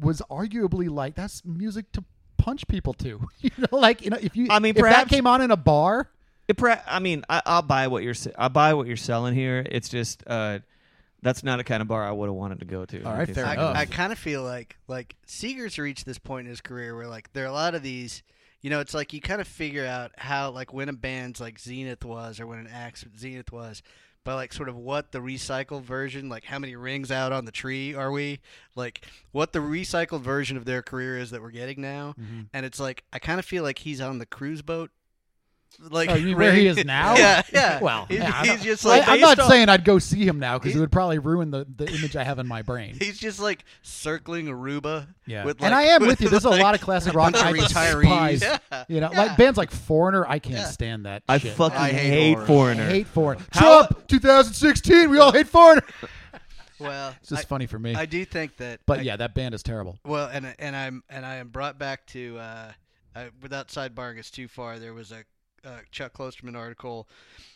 Speaker 4: was arguably like that's music to punch people to. you know, like you know if you
Speaker 3: I mean,
Speaker 4: if that
Speaker 3: perhaps-
Speaker 4: came on in a bar.
Speaker 3: It pra- I mean, I, I'll buy what you're. se- I buy what you're selling here. It's just uh, that's not a kind of bar I would have wanted to go to.
Speaker 4: All right,
Speaker 3: Okay,
Speaker 4: fair
Speaker 3: so-
Speaker 4: enough.
Speaker 1: I, I kind of feel like like Seeger's reached this point in his career where like there are a lot of these you know, it's like you kind of figure out how, like, when a band's like Zenith was, or when an act's Zenith was, but like, sort of what the recycled version, like, how many rings out on the tree are we? Like, what the recycled version of their career is that we're getting now. And it's like, I kind of feel like he's on the cruise boat. Like,
Speaker 4: Oh, you mean where he
Speaker 1: ring-
Speaker 4: is now?
Speaker 1: yeah, yeah.
Speaker 4: Well,
Speaker 1: he's,
Speaker 4: yeah, I
Speaker 1: he's
Speaker 4: don't-
Speaker 1: just like,
Speaker 4: I, am
Speaker 1: he's
Speaker 4: not
Speaker 1: still-
Speaker 4: saying I'd go see him now because
Speaker 1: He-
Speaker 4: it would probably ruin the, the image I have in my brain.
Speaker 1: He's just like circling Aruba.
Speaker 4: Yeah,
Speaker 1: with,
Speaker 4: and
Speaker 1: like-
Speaker 4: I am with you. There's
Speaker 1: like,
Speaker 4: a lot of classic rock
Speaker 1: bunch of
Speaker 4: I despise.
Speaker 1: retirees. Yeah,
Speaker 4: You know,
Speaker 1: yeah.
Speaker 4: like bands like Foreigner, I can't
Speaker 1: Yeah.
Speaker 4: stand that.
Speaker 3: I
Speaker 4: shit.
Speaker 3: fucking
Speaker 2: I hate
Speaker 3: hate,
Speaker 2: horror.
Speaker 4: I
Speaker 3: foreigner.
Speaker 4: hate Foreigner.
Speaker 3: How-
Speaker 4: Trump, 2016. We all hate Foreigner.
Speaker 1: Well,
Speaker 4: It's just
Speaker 1: I,
Speaker 4: funny for me.
Speaker 1: I do think that.
Speaker 4: but
Speaker 1: I-
Speaker 4: yeah, that band is terrible.
Speaker 1: Well, and and I'm and I am brought back to uh, uh, without sidebarring us too far. There was a uh, Chuck Klosterman article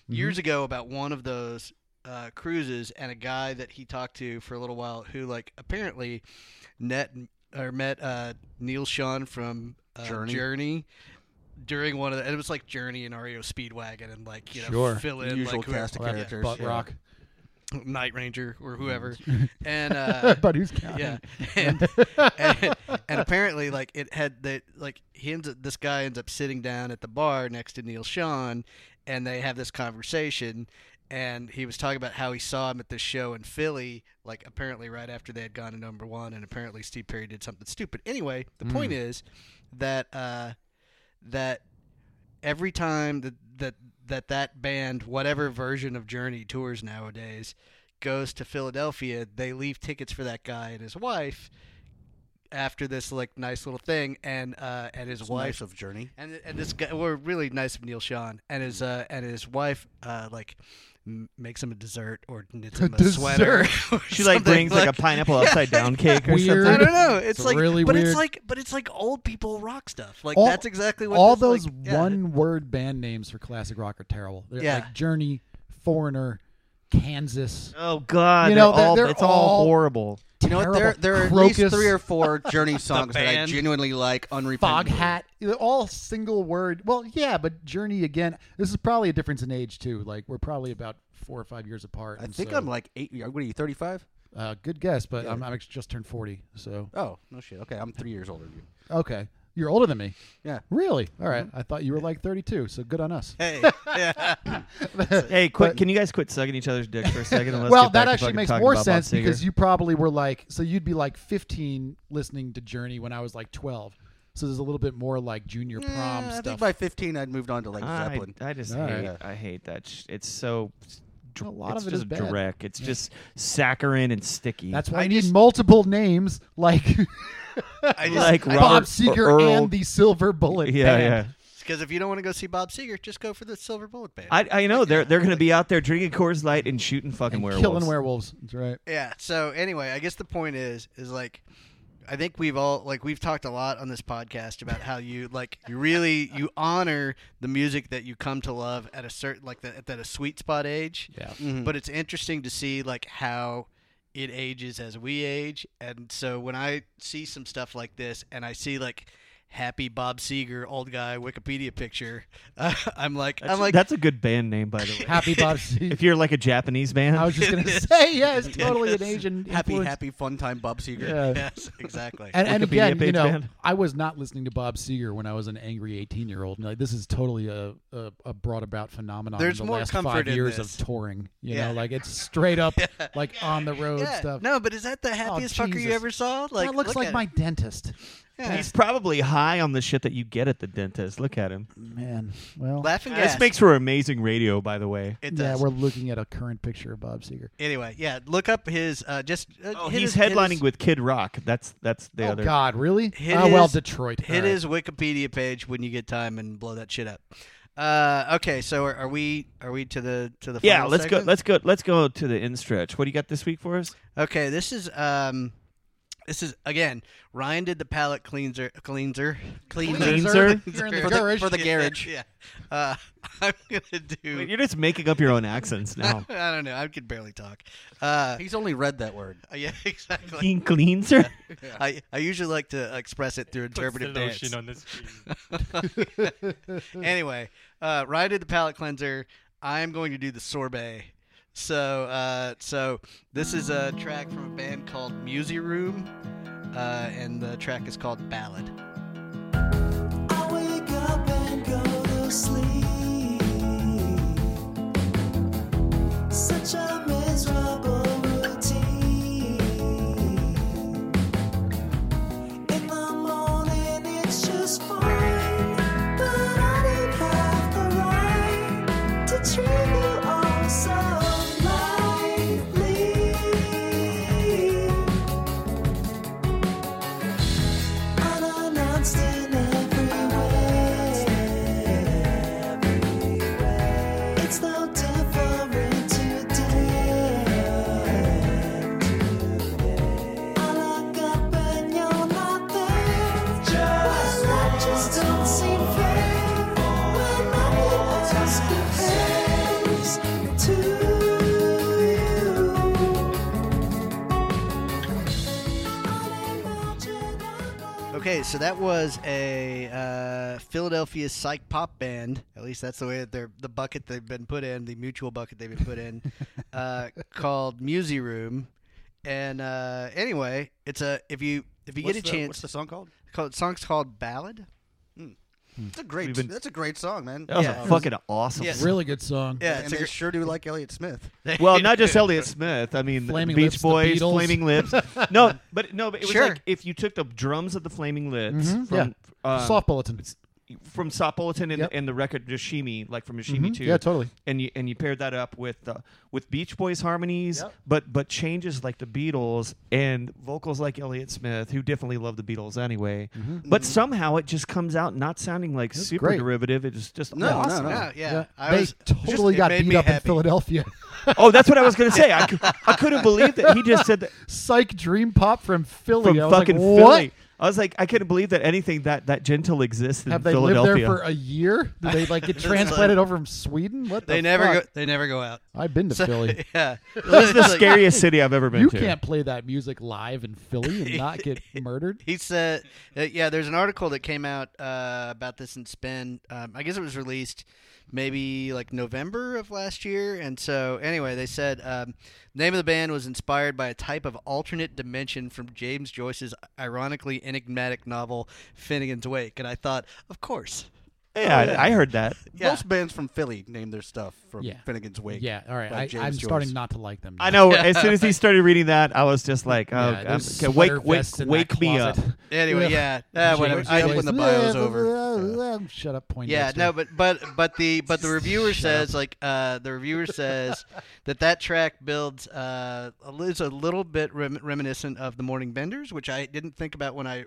Speaker 2: Mm-hmm.
Speaker 1: years ago about one of those uh, cruises and a guy that he talked to for a little while who like apparently net or met uh, Neil Sean from uh,
Speaker 2: Journey.
Speaker 1: during one of the and it was like Journey and REO Speedwagon and like you know
Speaker 4: Sure.
Speaker 1: fill in
Speaker 2: Usual
Speaker 1: like whoever-
Speaker 2: cast of
Speaker 4: Well, that
Speaker 2: characters,
Speaker 4: butt
Speaker 2: yeah.
Speaker 4: rock.
Speaker 1: Night Ranger or whoever and uh,
Speaker 4: but who's counting?
Speaker 1: yeah and, and, and apparently like it had that like he ends up, this guy ends up sitting down at the bar next to neil sean and they have this conversation and he was talking about how he saw him at this show in philly like apparently right after they had gone to number one and apparently steve perry did something stupid anyway the point is that uh that every time that that that that band whatever version of journey tours nowadays goes to philadelphia they leave tickets for that guy and his wife after this like nice little thing and uh and his wife
Speaker 2: Wife of Journey.
Speaker 1: and and this guy were really nice of Neil Sean and his uh and his wife uh like m- makes him a dessert or knits him a sweater. or
Speaker 3: She like
Speaker 1: something
Speaker 3: brings like, a pineapple upside down cake or
Speaker 4: Weird.
Speaker 1: I
Speaker 3: something.
Speaker 1: don't know. It's,
Speaker 4: It's
Speaker 1: like
Speaker 4: really
Speaker 1: but
Speaker 4: weird.
Speaker 1: it's like but it's like old people rock stuff. Like
Speaker 4: All-
Speaker 1: that's exactly what
Speaker 4: all
Speaker 1: this,
Speaker 4: those
Speaker 1: like, yeah.
Speaker 4: one-word band names for classic rock are terrible. They're
Speaker 1: Yeah.
Speaker 4: like Journey, Foreigner, Kansas.
Speaker 3: Oh God,
Speaker 4: You know,
Speaker 3: they're
Speaker 4: they're-
Speaker 3: all,
Speaker 4: they're
Speaker 3: it's all
Speaker 4: all-
Speaker 3: horrible.
Speaker 2: You know what? There,
Speaker 4: terrible.
Speaker 2: there are at
Speaker 4: Crocus.
Speaker 2: least three or four Journey songs that I
Speaker 3: band.
Speaker 2: genuinely like unrepentantly.
Speaker 4: Fog hat, all single word. Well, yeah, but journey again. This is probably a difference in age too. Like we're probably about four or five years apart.
Speaker 2: I
Speaker 4: and
Speaker 2: think
Speaker 4: so-
Speaker 2: I'm like eight. What are you? Thirty-five?
Speaker 4: uh, good guess, but I'm, I'm actually just turned forty. So
Speaker 2: Oh no shit. Okay, I'm three years older than you.
Speaker 4: okay, you're older than me.
Speaker 2: Yeah.
Speaker 4: Really?
Speaker 3: Mm-hmm.
Speaker 4: All right. I thought you were like thirty-two. So good on us.
Speaker 1: Hey, yeah.
Speaker 3: Hey, quit! can you guys quit sucking each other's dick for a second? And let's
Speaker 4: well,
Speaker 3: get back
Speaker 4: that
Speaker 3: to
Speaker 4: actually
Speaker 3: fucking
Speaker 4: makes
Speaker 3: talking
Speaker 4: more
Speaker 3: about Bob
Speaker 4: sense
Speaker 3: Seger.
Speaker 4: because you probably were like, so you'd be like 15 listening to Journey when I was like 12. So there's a little bit more like junior prom
Speaker 2: Eh, I
Speaker 4: stuff.
Speaker 2: think by fifteen, I'd moved on to like
Speaker 3: I,
Speaker 2: Zeppelin.
Speaker 3: I just
Speaker 4: All
Speaker 3: hate.
Speaker 4: right.
Speaker 3: I hate that. Sh- it's so. it's dr-
Speaker 4: A lot
Speaker 3: it's
Speaker 4: of it is
Speaker 3: just
Speaker 4: bad.
Speaker 3: direct. It's just saccharine and sticky.
Speaker 4: That's why I need multiple names like
Speaker 1: I just
Speaker 3: like Robert
Speaker 4: Bob Seger
Speaker 3: Earl.
Speaker 4: and the Silver Bullet.
Speaker 3: yeah,
Speaker 4: Band.
Speaker 3: yeah.
Speaker 1: because if you don't want to go see Bob Seger, just go for the Silver Bullet Band.
Speaker 3: I, I know they're they're gonna be out there drinking Coors Light and shooting fucking werewolves.
Speaker 4: Killing werewolves. That's right.
Speaker 1: yeah. So anyway, I guess the point is is like I think we've all like we've talked a lot on this podcast about how you like you really you honor the music that you come to love at a certain like that at a sweet spot age.
Speaker 4: Yeah.
Speaker 1: But it's interesting to see like how it ages as we age. And so when I see some stuff like this and I see like happy Bob Seger old guy Wikipedia picture, I'm like
Speaker 3: That's,
Speaker 1: I'm like
Speaker 3: that's a good band name, by the way.
Speaker 4: Happy Bob Seger.
Speaker 3: if you're like a Japanese band,
Speaker 4: I was just gonna say, yeah, it's totally an Asian
Speaker 2: happy,
Speaker 4: influence.
Speaker 2: happy, fun time, Bob Seger.
Speaker 4: Yeah.
Speaker 1: yes, exactly.
Speaker 4: And, and
Speaker 3: Wikipedia
Speaker 4: again, you
Speaker 3: page
Speaker 4: know,
Speaker 3: ban.
Speaker 4: I was not listening to Bob Seger when I was an angry 18 year old. Like, this is totally a, a, a brought about phenomenon.
Speaker 1: There's
Speaker 4: in the
Speaker 1: more
Speaker 4: last
Speaker 1: comfort
Speaker 4: five
Speaker 1: in
Speaker 4: years
Speaker 1: this.
Speaker 4: of touring. You
Speaker 1: Yeah.
Speaker 4: know, like it's straight up, like on the road
Speaker 1: yeah.
Speaker 4: stuff. Oh,
Speaker 1: No, but is that the happiest fucker you
Speaker 4: Jesus.
Speaker 1: ever saw? Like
Speaker 4: that looks
Speaker 1: look
Speaker 4: like
Speaker 1: at
Speaker 4: my
Speaker 1: it.
Speaker 4: dentist.
Speaker 1: Yeah.
Speaker 3: he's probably high on the shit that you get at the dentist. Look at him.
Speaker 4: Man, well,
Speaker 1: laughing
Speaker 3: This
Speaker 1: gas.
Speaker 3: makes for amazing radio, by the way.
Speaker 1: it
Speaker 4: yeah,
Speaker 1: does.
Speaker 4: we're looking at a current picture of Bob Seger.
Speaker 1: anyway, yeah, look up his uh just uh,
Speaker 3: Oh,
Speaker 1: hit
Speaker 3: he's
Speaker 1: his- hit his-
Speaker 3: headlining with Kid Rock. That's that's the
Speaker 4: oh
Speaker 3: other.
Speaker 4: God, really?
Speaker 1: Hit
Speaker 4: oh well,
Speaker 1: his-
Speaker 4: Detroit. All
Speaker 1: Hit
Speaker 4: right.
Speaker 1: his Wikipedia page when you get time and blow that shit up. Uh, okay, so are, are we are we to the to the
Speaker 3: Yeah,
Speaker 1: final
Speaker 3: let's
Speaker 1: segment?
Speaker 3: go. Let's go. Let's go to the in stretch. What do you got this week for us?
Speaker 1: Okay, this is um, this is again. Ryan did the palate cleanser, cleanser,
Speaker 3: Cleanser?
Speaker 4: You're in the
Speaker 1: For the-
Speaker 4: garage.
Speaker 2: for the garage.
Speaker 1: yeah, uh, I'm gonna do.
Speaker 3: Wait, you're just making up your own accents
Speaker 5: Um,
Speaker 3: now.
Speaker 1: I don't know. I can barely talk. Uh,
Speaker 2: He's only read that word.
Speaker 1: yeah, exactly.
Speaker 3: Clean cleanser.
Speaker 1: I, I usually like to express it through
Speaker 5: Puts the
Speaker 1: interpretive dance.
Speaker 5: lotion on this. cheese.
Speaker 1: anyway, uh, Ryan did the palate cleanser. I am going to do the sorbet. So, uh, so this is a track from a band called Musy Room, uh, and the track is called Ballad.
Speaker 6: I wake up
Speaker 8: sleep. Such a miserable routine. In the morning, it's just fine, but I didn't have the right to treat you all so lightly. Unannounced in every way, it's no different today. I look up and you're not there. Just that just don't seem fair. When nothing else compares to you.
Speaker 1: Okay, so that was a uh, Philadelphia psych pop band. At least that's the way that they're the bucket they've been put in, the mutual bucket they've been put in, uh, called Musy Room. And uh, anyway, it's a if you if you
Speaker 2: What's
Speaker 1: get a
Speaker 2: the-
Speaker 1: chance,
Speaker 2: What's the song called?
Speaker 1: called, song's called Ballad.
Speaker 2: It's a great.
Speaker 3: We've been-
Speaker 2: that's a great song, man.
Speaker 3: That was
Speaker 1: Yeah.
Speaker 3: a fucking awesome.
Speaker 1: Yeah.
Speaker 4: Really good song.
Speaker 1: Yeah,
Speaker 2: and
Speaker 1: it's a,
Speaker 2: they
Speaker 1: gr-
Speaker 2: sure do like Elliott Smith.
Speaker 3: Well, not just Elliott Smith. I mean,
Speaker 4: Flaming
Speaker 3: Beach
Speaker 4: Lips, the
Speaker 3: Boys,
Speaker 4: Beatles.
Speaker 3: Flaming Lips. No, but no, but it was
Speaker 1: Sure.
Speaker 3: like if you took the drums of the Flaming Lips
Speaker 4: Mhm,
Speaker 3: from
Speaker 4: yeah.
Speaker 3: um,
Speaker 4: Soft bulletin.
Speaker 3: from Soft Bulletin and,
Speaker 4: Yep.
Speaker 3: and the record Yoshimi, like from Yoshimi
Speaker 4: Mhm,
Speaker 3: too.
Speaker 4: yeah, totally.
Speaker 3: And you and you paired that up with uh, with Beach Boys harmonies, but but changes like the Beatles and vocals like Elliott Smith, who definitely loved the Beatles anyway. But somehow it just comes out not sounding like super
Speaker 4: Mm-hmm. great.
Speaker 3: derivative. It's just
Speaker 2: No,
Speaker 3: awesome.
Speaker 2: no, no.
Speaker 1: yeah, yeah.
Speaker 4: Yeah.
Speaker 1: I
Speaker 4: they
Speaker 1: was
Speaker 4: totally
Speaker 1: it
Speaker 4: got
Speaker 1: made
Speaker 4: beat
Speaker 1: me
Speaker 4: up in
Speaker 1: happy.
Speaker 4: Philadelphia.
Speaker 3: Oh, that's what I was gonna say. I, cou- I couldn't believe that he just said that.
Speaker 4: Psych dream pop from Philly.
Speaker 3: from
Speaker 4: I was
Speaker 3: fucking
Speaker 4: like, what?
Speaker 3: Philly. I was like, I couldn't believe that anything that that gentle exists in
Speaker 4: Have they lived
Speaker 3: Philadelphia.
Speaker 4: there for a year? Did they like get transplanted over from Sweden? What the
Speaker 1: They never
Speaker 4: fuck?
Speaker 1: go. They never go out.
Speaker 4: I've been to Philly.
Speaker 1: yeah,
Speaker 3: this is the scariest city I've ever been
Speaker 4: You
Speaker 3: to.
Speaker 4: can't play that music live in Philly and not get murdered.
Speaker 1: He said, uh, "Yeah, there's an article that came out uh, about this in Spin. Um, I guess it was released maybe like November of last year. And so, anyway, they said um, the name of the band was inspired by a type of alternate dimension from James Joyce's ironically enigmatic novel Finnegan's Wake. And I thought, of course,
Speaker 3: Yeah, I, I heard that.
Speaker 1: yeah,
Speaker 2: Most bands from Philly name their stuff from
Speaker 4: Yeah.
Speaker 2: Finnegan's Wake.
Speaker 4: Yeah, all right.
Speaker 2: by
Speaker 4: I,
Speaker 2: James
Speaker 4: I'm
Speaker 2: Joyce.
Speaker 4: starting not to like them. now.
Speaker 3: I know. As soon as he started reading that, I was just like, oh,
Speaker 4: Yeah,
Speaker 3: I'm-
Speaker 4: those
Speaker 3: okay,
Speaker 4: sweater
Speaker 3: wake, wake,
Speaker 4: vests in that
Speaker 3: wake me up.
Speaker 4: closet.
Speaker 1: anyway, yeah,
Speaker 4: Yeah.
Speaker 1: yeah. whatever.
Speaker 4: James
Speaker 1: I,
Speaker 4: Joyce.
Speaker 1: when the bio's over.
Speaker 4: Shut up, point.
Speaker 1: Yeah, no, but but but the but the reviewer
Speaker 4: Shut
Speaker 1: says like uh, the reviewer says that that track builds uh, a li- is a little bit rem- reminiscent of the Morning Benders, which I didn't think about when I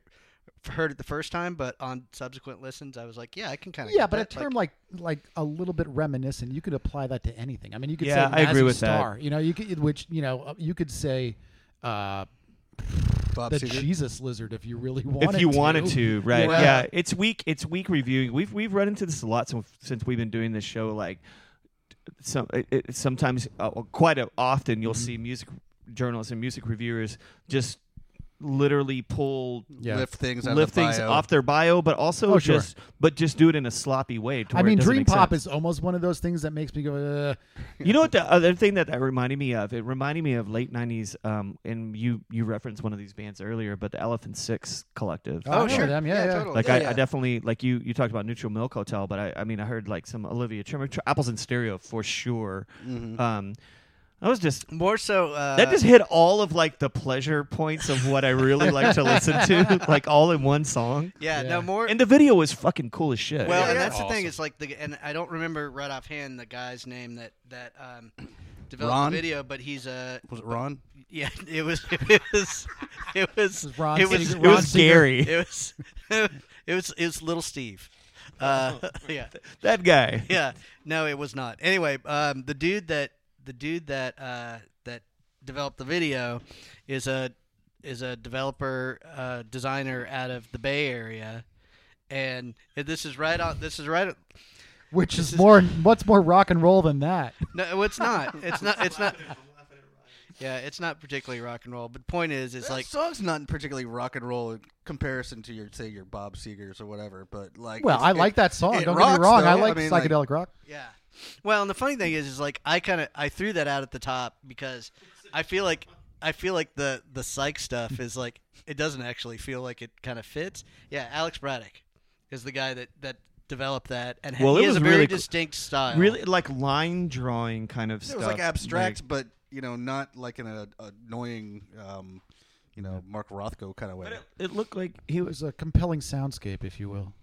Speaker 1: f- heard it the first time, but on subsequent listens, I was like, yeah, I can kind of
Speaker 4: yeah, but a term like, like a little bit reminiscent, you could apply that to anything. I mean, you could
Speaker 3: Yeah,
Speaker 4: say
Speaker 3: I agree
Speaker 4: Mazzy
Speaker 3: with that.
Speaker 4: star, You know, you could which you know uh, you could say uh,
Speaker 2: Bob
Speaker 4: the
Speaker 2: Seger.
Speaker 4: Jesus lizard if you really wanted.
Speaker 3: If you
Speaker 4: to.
Speaker 3: wanted to, right?
Speaker 4: Yeah.
Speaker 3: Yeah, it's weak. It's weak reviewing. We've we've run into this a lot since since we've been doing this show. Like, some it, it, sometimes uh, quite a, often
Speaker 4: Mm-hmm.
Speaker 3: you'll see music journalists and music reviewers just literally pull
Speaker 4: Yeah.
Speaker 2: Lift things out
Speaker 3: lift
Speaker 2: of the
Speaker 3: things
Speaker 2: bio.
Speaker 3: off their bio, but also
Speaker 4: Oh, sure.
Speaker 3: just but just do it in a sloppy way. To
Speaker 4: I mean, dream pop is almost one of those things that makes me go. Uh,
Speaker 3: You know what the other thing that that reminded me of? It reminded me of late '90s. Um, and you you referenced one of these bands earlier, but the Elephant Six Collective.
Speaker 4: I know
Speaker 1: oh, sure.
Speaker 4: them.
Speaker 1: Oh, Yeah,
Speaker 4: Yeah, yeah.
Speaker 1: totally.
Speaker 3: Like
Speaker 2: Yeah,
Speaker 3: I,
Speaker 2: yeah.
Speaker 3: I definitely like you. You talked about Neutral Milk Hotel, but I, I mean I heard like some Olivia Trimmer, tr- Apples and Stereo for sure. Um, I was just
Speaker 1: more so uh,
Speaker 3: that just hit all of like the pleasure points of what I really like to listen to, like all in one song.
Speaker 1: yeah,
Speaker 4: Yeah.
Speaker 1: no more.
Speaker 3: And the video was fucking cool as shit.
Speaker 1: well,
Speaker 5: Yeah,
Speaker 1: and
Speaker 5: yeah.
Speaker 1: that's the thing.
Speaker 5: Awesome.
Speaker 1: It's like the and I don't remember right offhand the guy's name that that um, developed
Speaker 2: Ron?
Speaker 1: the video, but he's a
Speaker 2: Was it Ron?
Speaker 1: yeah. It was it was it was
Speaker 4: is Ron
Speaker 1: it was
Speaker 4: Singer-
Speaker 3: it was
Speaker 4: Ron Singer-
Speaker 3: scary.
Speaker 1: it was it was it was little steve uh, yeah
Speaker 3: that guy.
Speaker 1: yeah no it was not anyway um, the dude that the dude that uh, that developed the video is a is a developer uh, designer out of the bay area and this is right on this is right on,
Speaker 4: which is more what's more rock and roll than that?
Speaker 1: no it's not it's not it's not yeah it's not particularly rock and roll but the point is it's
Speaker 2: That
Speaker 1: like
Speaker 2: song's not particularly rock and roll in comparison to your say your Bob Seger's or whatever, but like
Speaker 4: Well,
Speaker 2: it's-
Speaker 4: I
Speaker 2: it-
Speaker 4: like that song.
Speaker 2: it
Speaker 4: Don't get
Speaker 2: rocks,
Speaker 4: me wrong.
Speaker 2: though.
Speaker 4: I like
Speaker 2: mean,
Speaker 4: psychedelic rock.
Speaker 1: Yeah. Well, and the funny thing is, is like I kind of I threw that out at the top because I feel like I feel like the the psych stuff is like it doesn't actually feel like it kind of fits. Yeah, Alex Braddock is the guy that that developed that, and
Speaker 3: Well,
Speaker 1: he
Speaker 3: it
Speaker 1: has
Speaker 3: was
Speaker 1: a very
Speaker 3: really cool.
Speaker 1: distinct style.
Speaker 3: Really, like line drawing kind of
Speaker 2: It
Speaker 3: stuff.
Speaker 2: was like abstract,
Speaker 3: like-
Speaker 2: but you know, not like in an annoying, um, you know, Mark Rothko kind of way.
Speaker 3: it looked like he
Speaker 4: It
Speaker 3: was.
Speaker 4: was a compelling soundscape, if you will.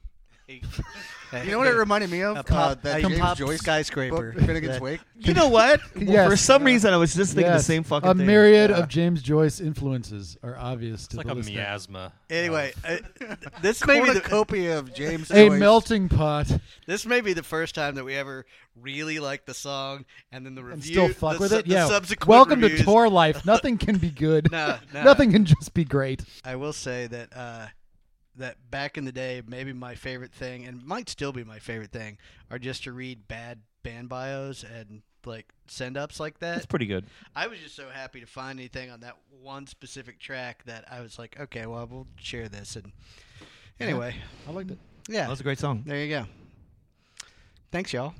Speaker 2: you know what it reminded me of?
Speaker 1: A pop,
Speaker 2: uh, that
Speaker 1: a
Speaker 2: James
Speaker 1: pop
Speaker 2: Joyce
Speaker 1: skyscraper.
Speaker 2: book, Finnegan's
Speaker 1: That-
Speaker 2: Wake.
Speaker 3: You know what?
Speaker 4: Yes.
Speaker 3: For some reason, I was just thinking the
Speaker 4: Yes,
Speaker 3: same fucking
Speaker 4: a
Speaker 3: thing.
Speaker 4: myriad of James Joyce influences are obvious
Speaker 5: It's
Speaker 4: to
Speaker 5: like
Speaker 4: the
Speaker 5: a
Speaker 4: listener.
Speaker 5: miasma.
Speaker 1: Anyway,
Speaker 5: of-
Speaker 1: uh, this may be the
Speaker 2: Cornucopia of James
Speaker 4: A
Speaker 2: Joyce.
Speaker 4: melting pot.
Speaker 1: this may be the first time that we ever really liked the song, and then the review
Speaker 4: And still fuck
Speaker 1: the
Speaker 4: with
Speaker 1: su-
Speaker 4: it.
Speaker 1: the
Speaker 4: Yeah.
Speaker 1: subsequent
Speaker 4: Welcome
Speaker 1: reviews,
Speaker 4: to tour life. Nothing can be good.
Speaker 1: No, no.
Speaker 4: Nothing can just be great.
Speaker 1: I will say that uh, that back in the day, maybe my favorite thing, and might still be my favorite thing, are just to read bad band bios and like send ups like
Speaker 3: That's
Speaker 1: that.
Speaker 3: pretty good.
Speaker 1: I was just so happy to find anything on that one specific track that I was like, okay, well, we'll share this. And anyway,
Speaker 4: I liked it.
Speaker 1: yeah,
Speaker 3: That was a great song.
Speaker 1: there you go. Thanks, y'all.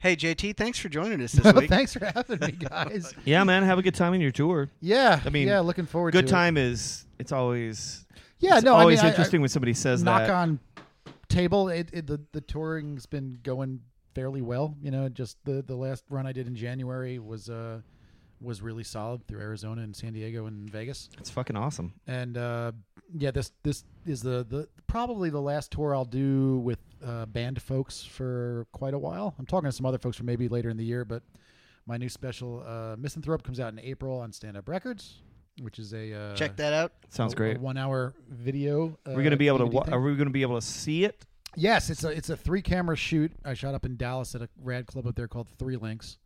Speaker 1: Hey, JT, thanks for joining us this week.
Speaker 4: Thanks for having me, guys.
Speaker 3: Yeah, man. Have a good time in your tour.
Speaker 4: Yeah,
Speaker 3: I mean,
Speaker 4: yeah, looking forward.
Speaker 3: Good
Speaker 4: to
Speaker 3: time is. It's always.
Speaker 4: It. Yeah,
Speaker 3: it's
Speaker 4: no,
Speaker 3: always
Speaker 4: I mean, I-
Speaker 3: interesting when somebody
Speaker 4: I,
Speaker 3: says
Speaker 4: knock
Speaker 3: that.
Speaker 4: on table. It, it, the the touring's been going fairly well. You know, just the the last run I did in January was uh was really solid through Arizona and San Diego and Vegas.
Speaker 3: It's fucking awesome.
Speaker 4: and uh, yeah, this this is the, the probably the last tour I'll do with uh, band folks for quite a while. I'm talking to some other folks for maybe later in the year, but my new special uh, Misanthrope comes out in April on Stand Up Records, which is a uh,
Speaker 1: Check that out.
Speaker 3: Sounds
Speaker 4: a-
Speaker 3: great.
Speaker 4: a one-hour video. Uh,
Speaker 3: We're gonna be able to.
Speaker 4: DVD
Speaker 3: Wa-
Speaker 4: thing.
Speaker 3: are we gonna be able to see it?
Speaker 4: Yes, it's a it's a three camera shoot. I shot up in Dallas at a rad club up there called Three Links,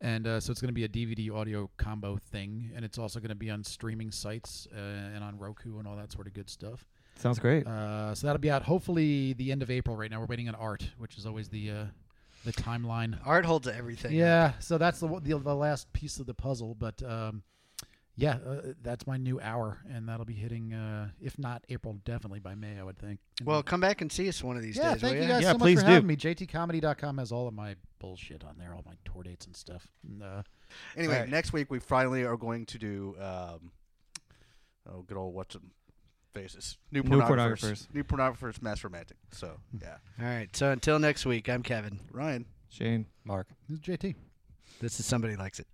Speaker 4: and uh, so it's going to be a DVD audio combo thing, and it's also going to be on streaming sites uh, and on Roku and all that sort of good stuff.
Speaker 3: Sounds great.
Speaker 4: Uh, so that'll be out hopefully the end of April. Right now we're waiting on art, which is always the uh, the timeline.
Speaker 1: Art holds everything.
Speaker 4: Yeah, so that's the, the the last piece of the puzzle, but. Um, yeah, uh, that's my new hour, and that'll be hitting, uh, if not April, definitely by May, I would think. And
Speaker 1: Well, come back and see us one of these days.
Speaker 4: yeah,
Speaker 1: oh,
Speaker 4: thank
Speaker 1: will
Speaker 4: you
Speaker 1: ya?
Speaker 4: guys
Speaker 3: Yeah,
Speaker 4: so much
Speaker 3: please
Speaker 4: for
Speaker 3: do.
Speaker 4: having me. JTComedy.com has all of my bullshit on there, all my tour dates and stuff. And, uh,
Speaker 2: Anyway,
Speaker 1: All right.
Speaker 2: next week we finally are going to do um, oh, good old what's em- faces new
Speaker 3: New
Speaker 2: pornographers,
Speaker 3: pornographers.
Speaker 2: new pornographers, mass romantic. So yeah,
Speaker 1: All right. So until next week, I'm Kevin.
Speaker 2: Ryan.
Speaker 3: Shane.
Speaker 5: Mark.
Speaker 4: this is JT.
Speaker 1: This is somebody likes it.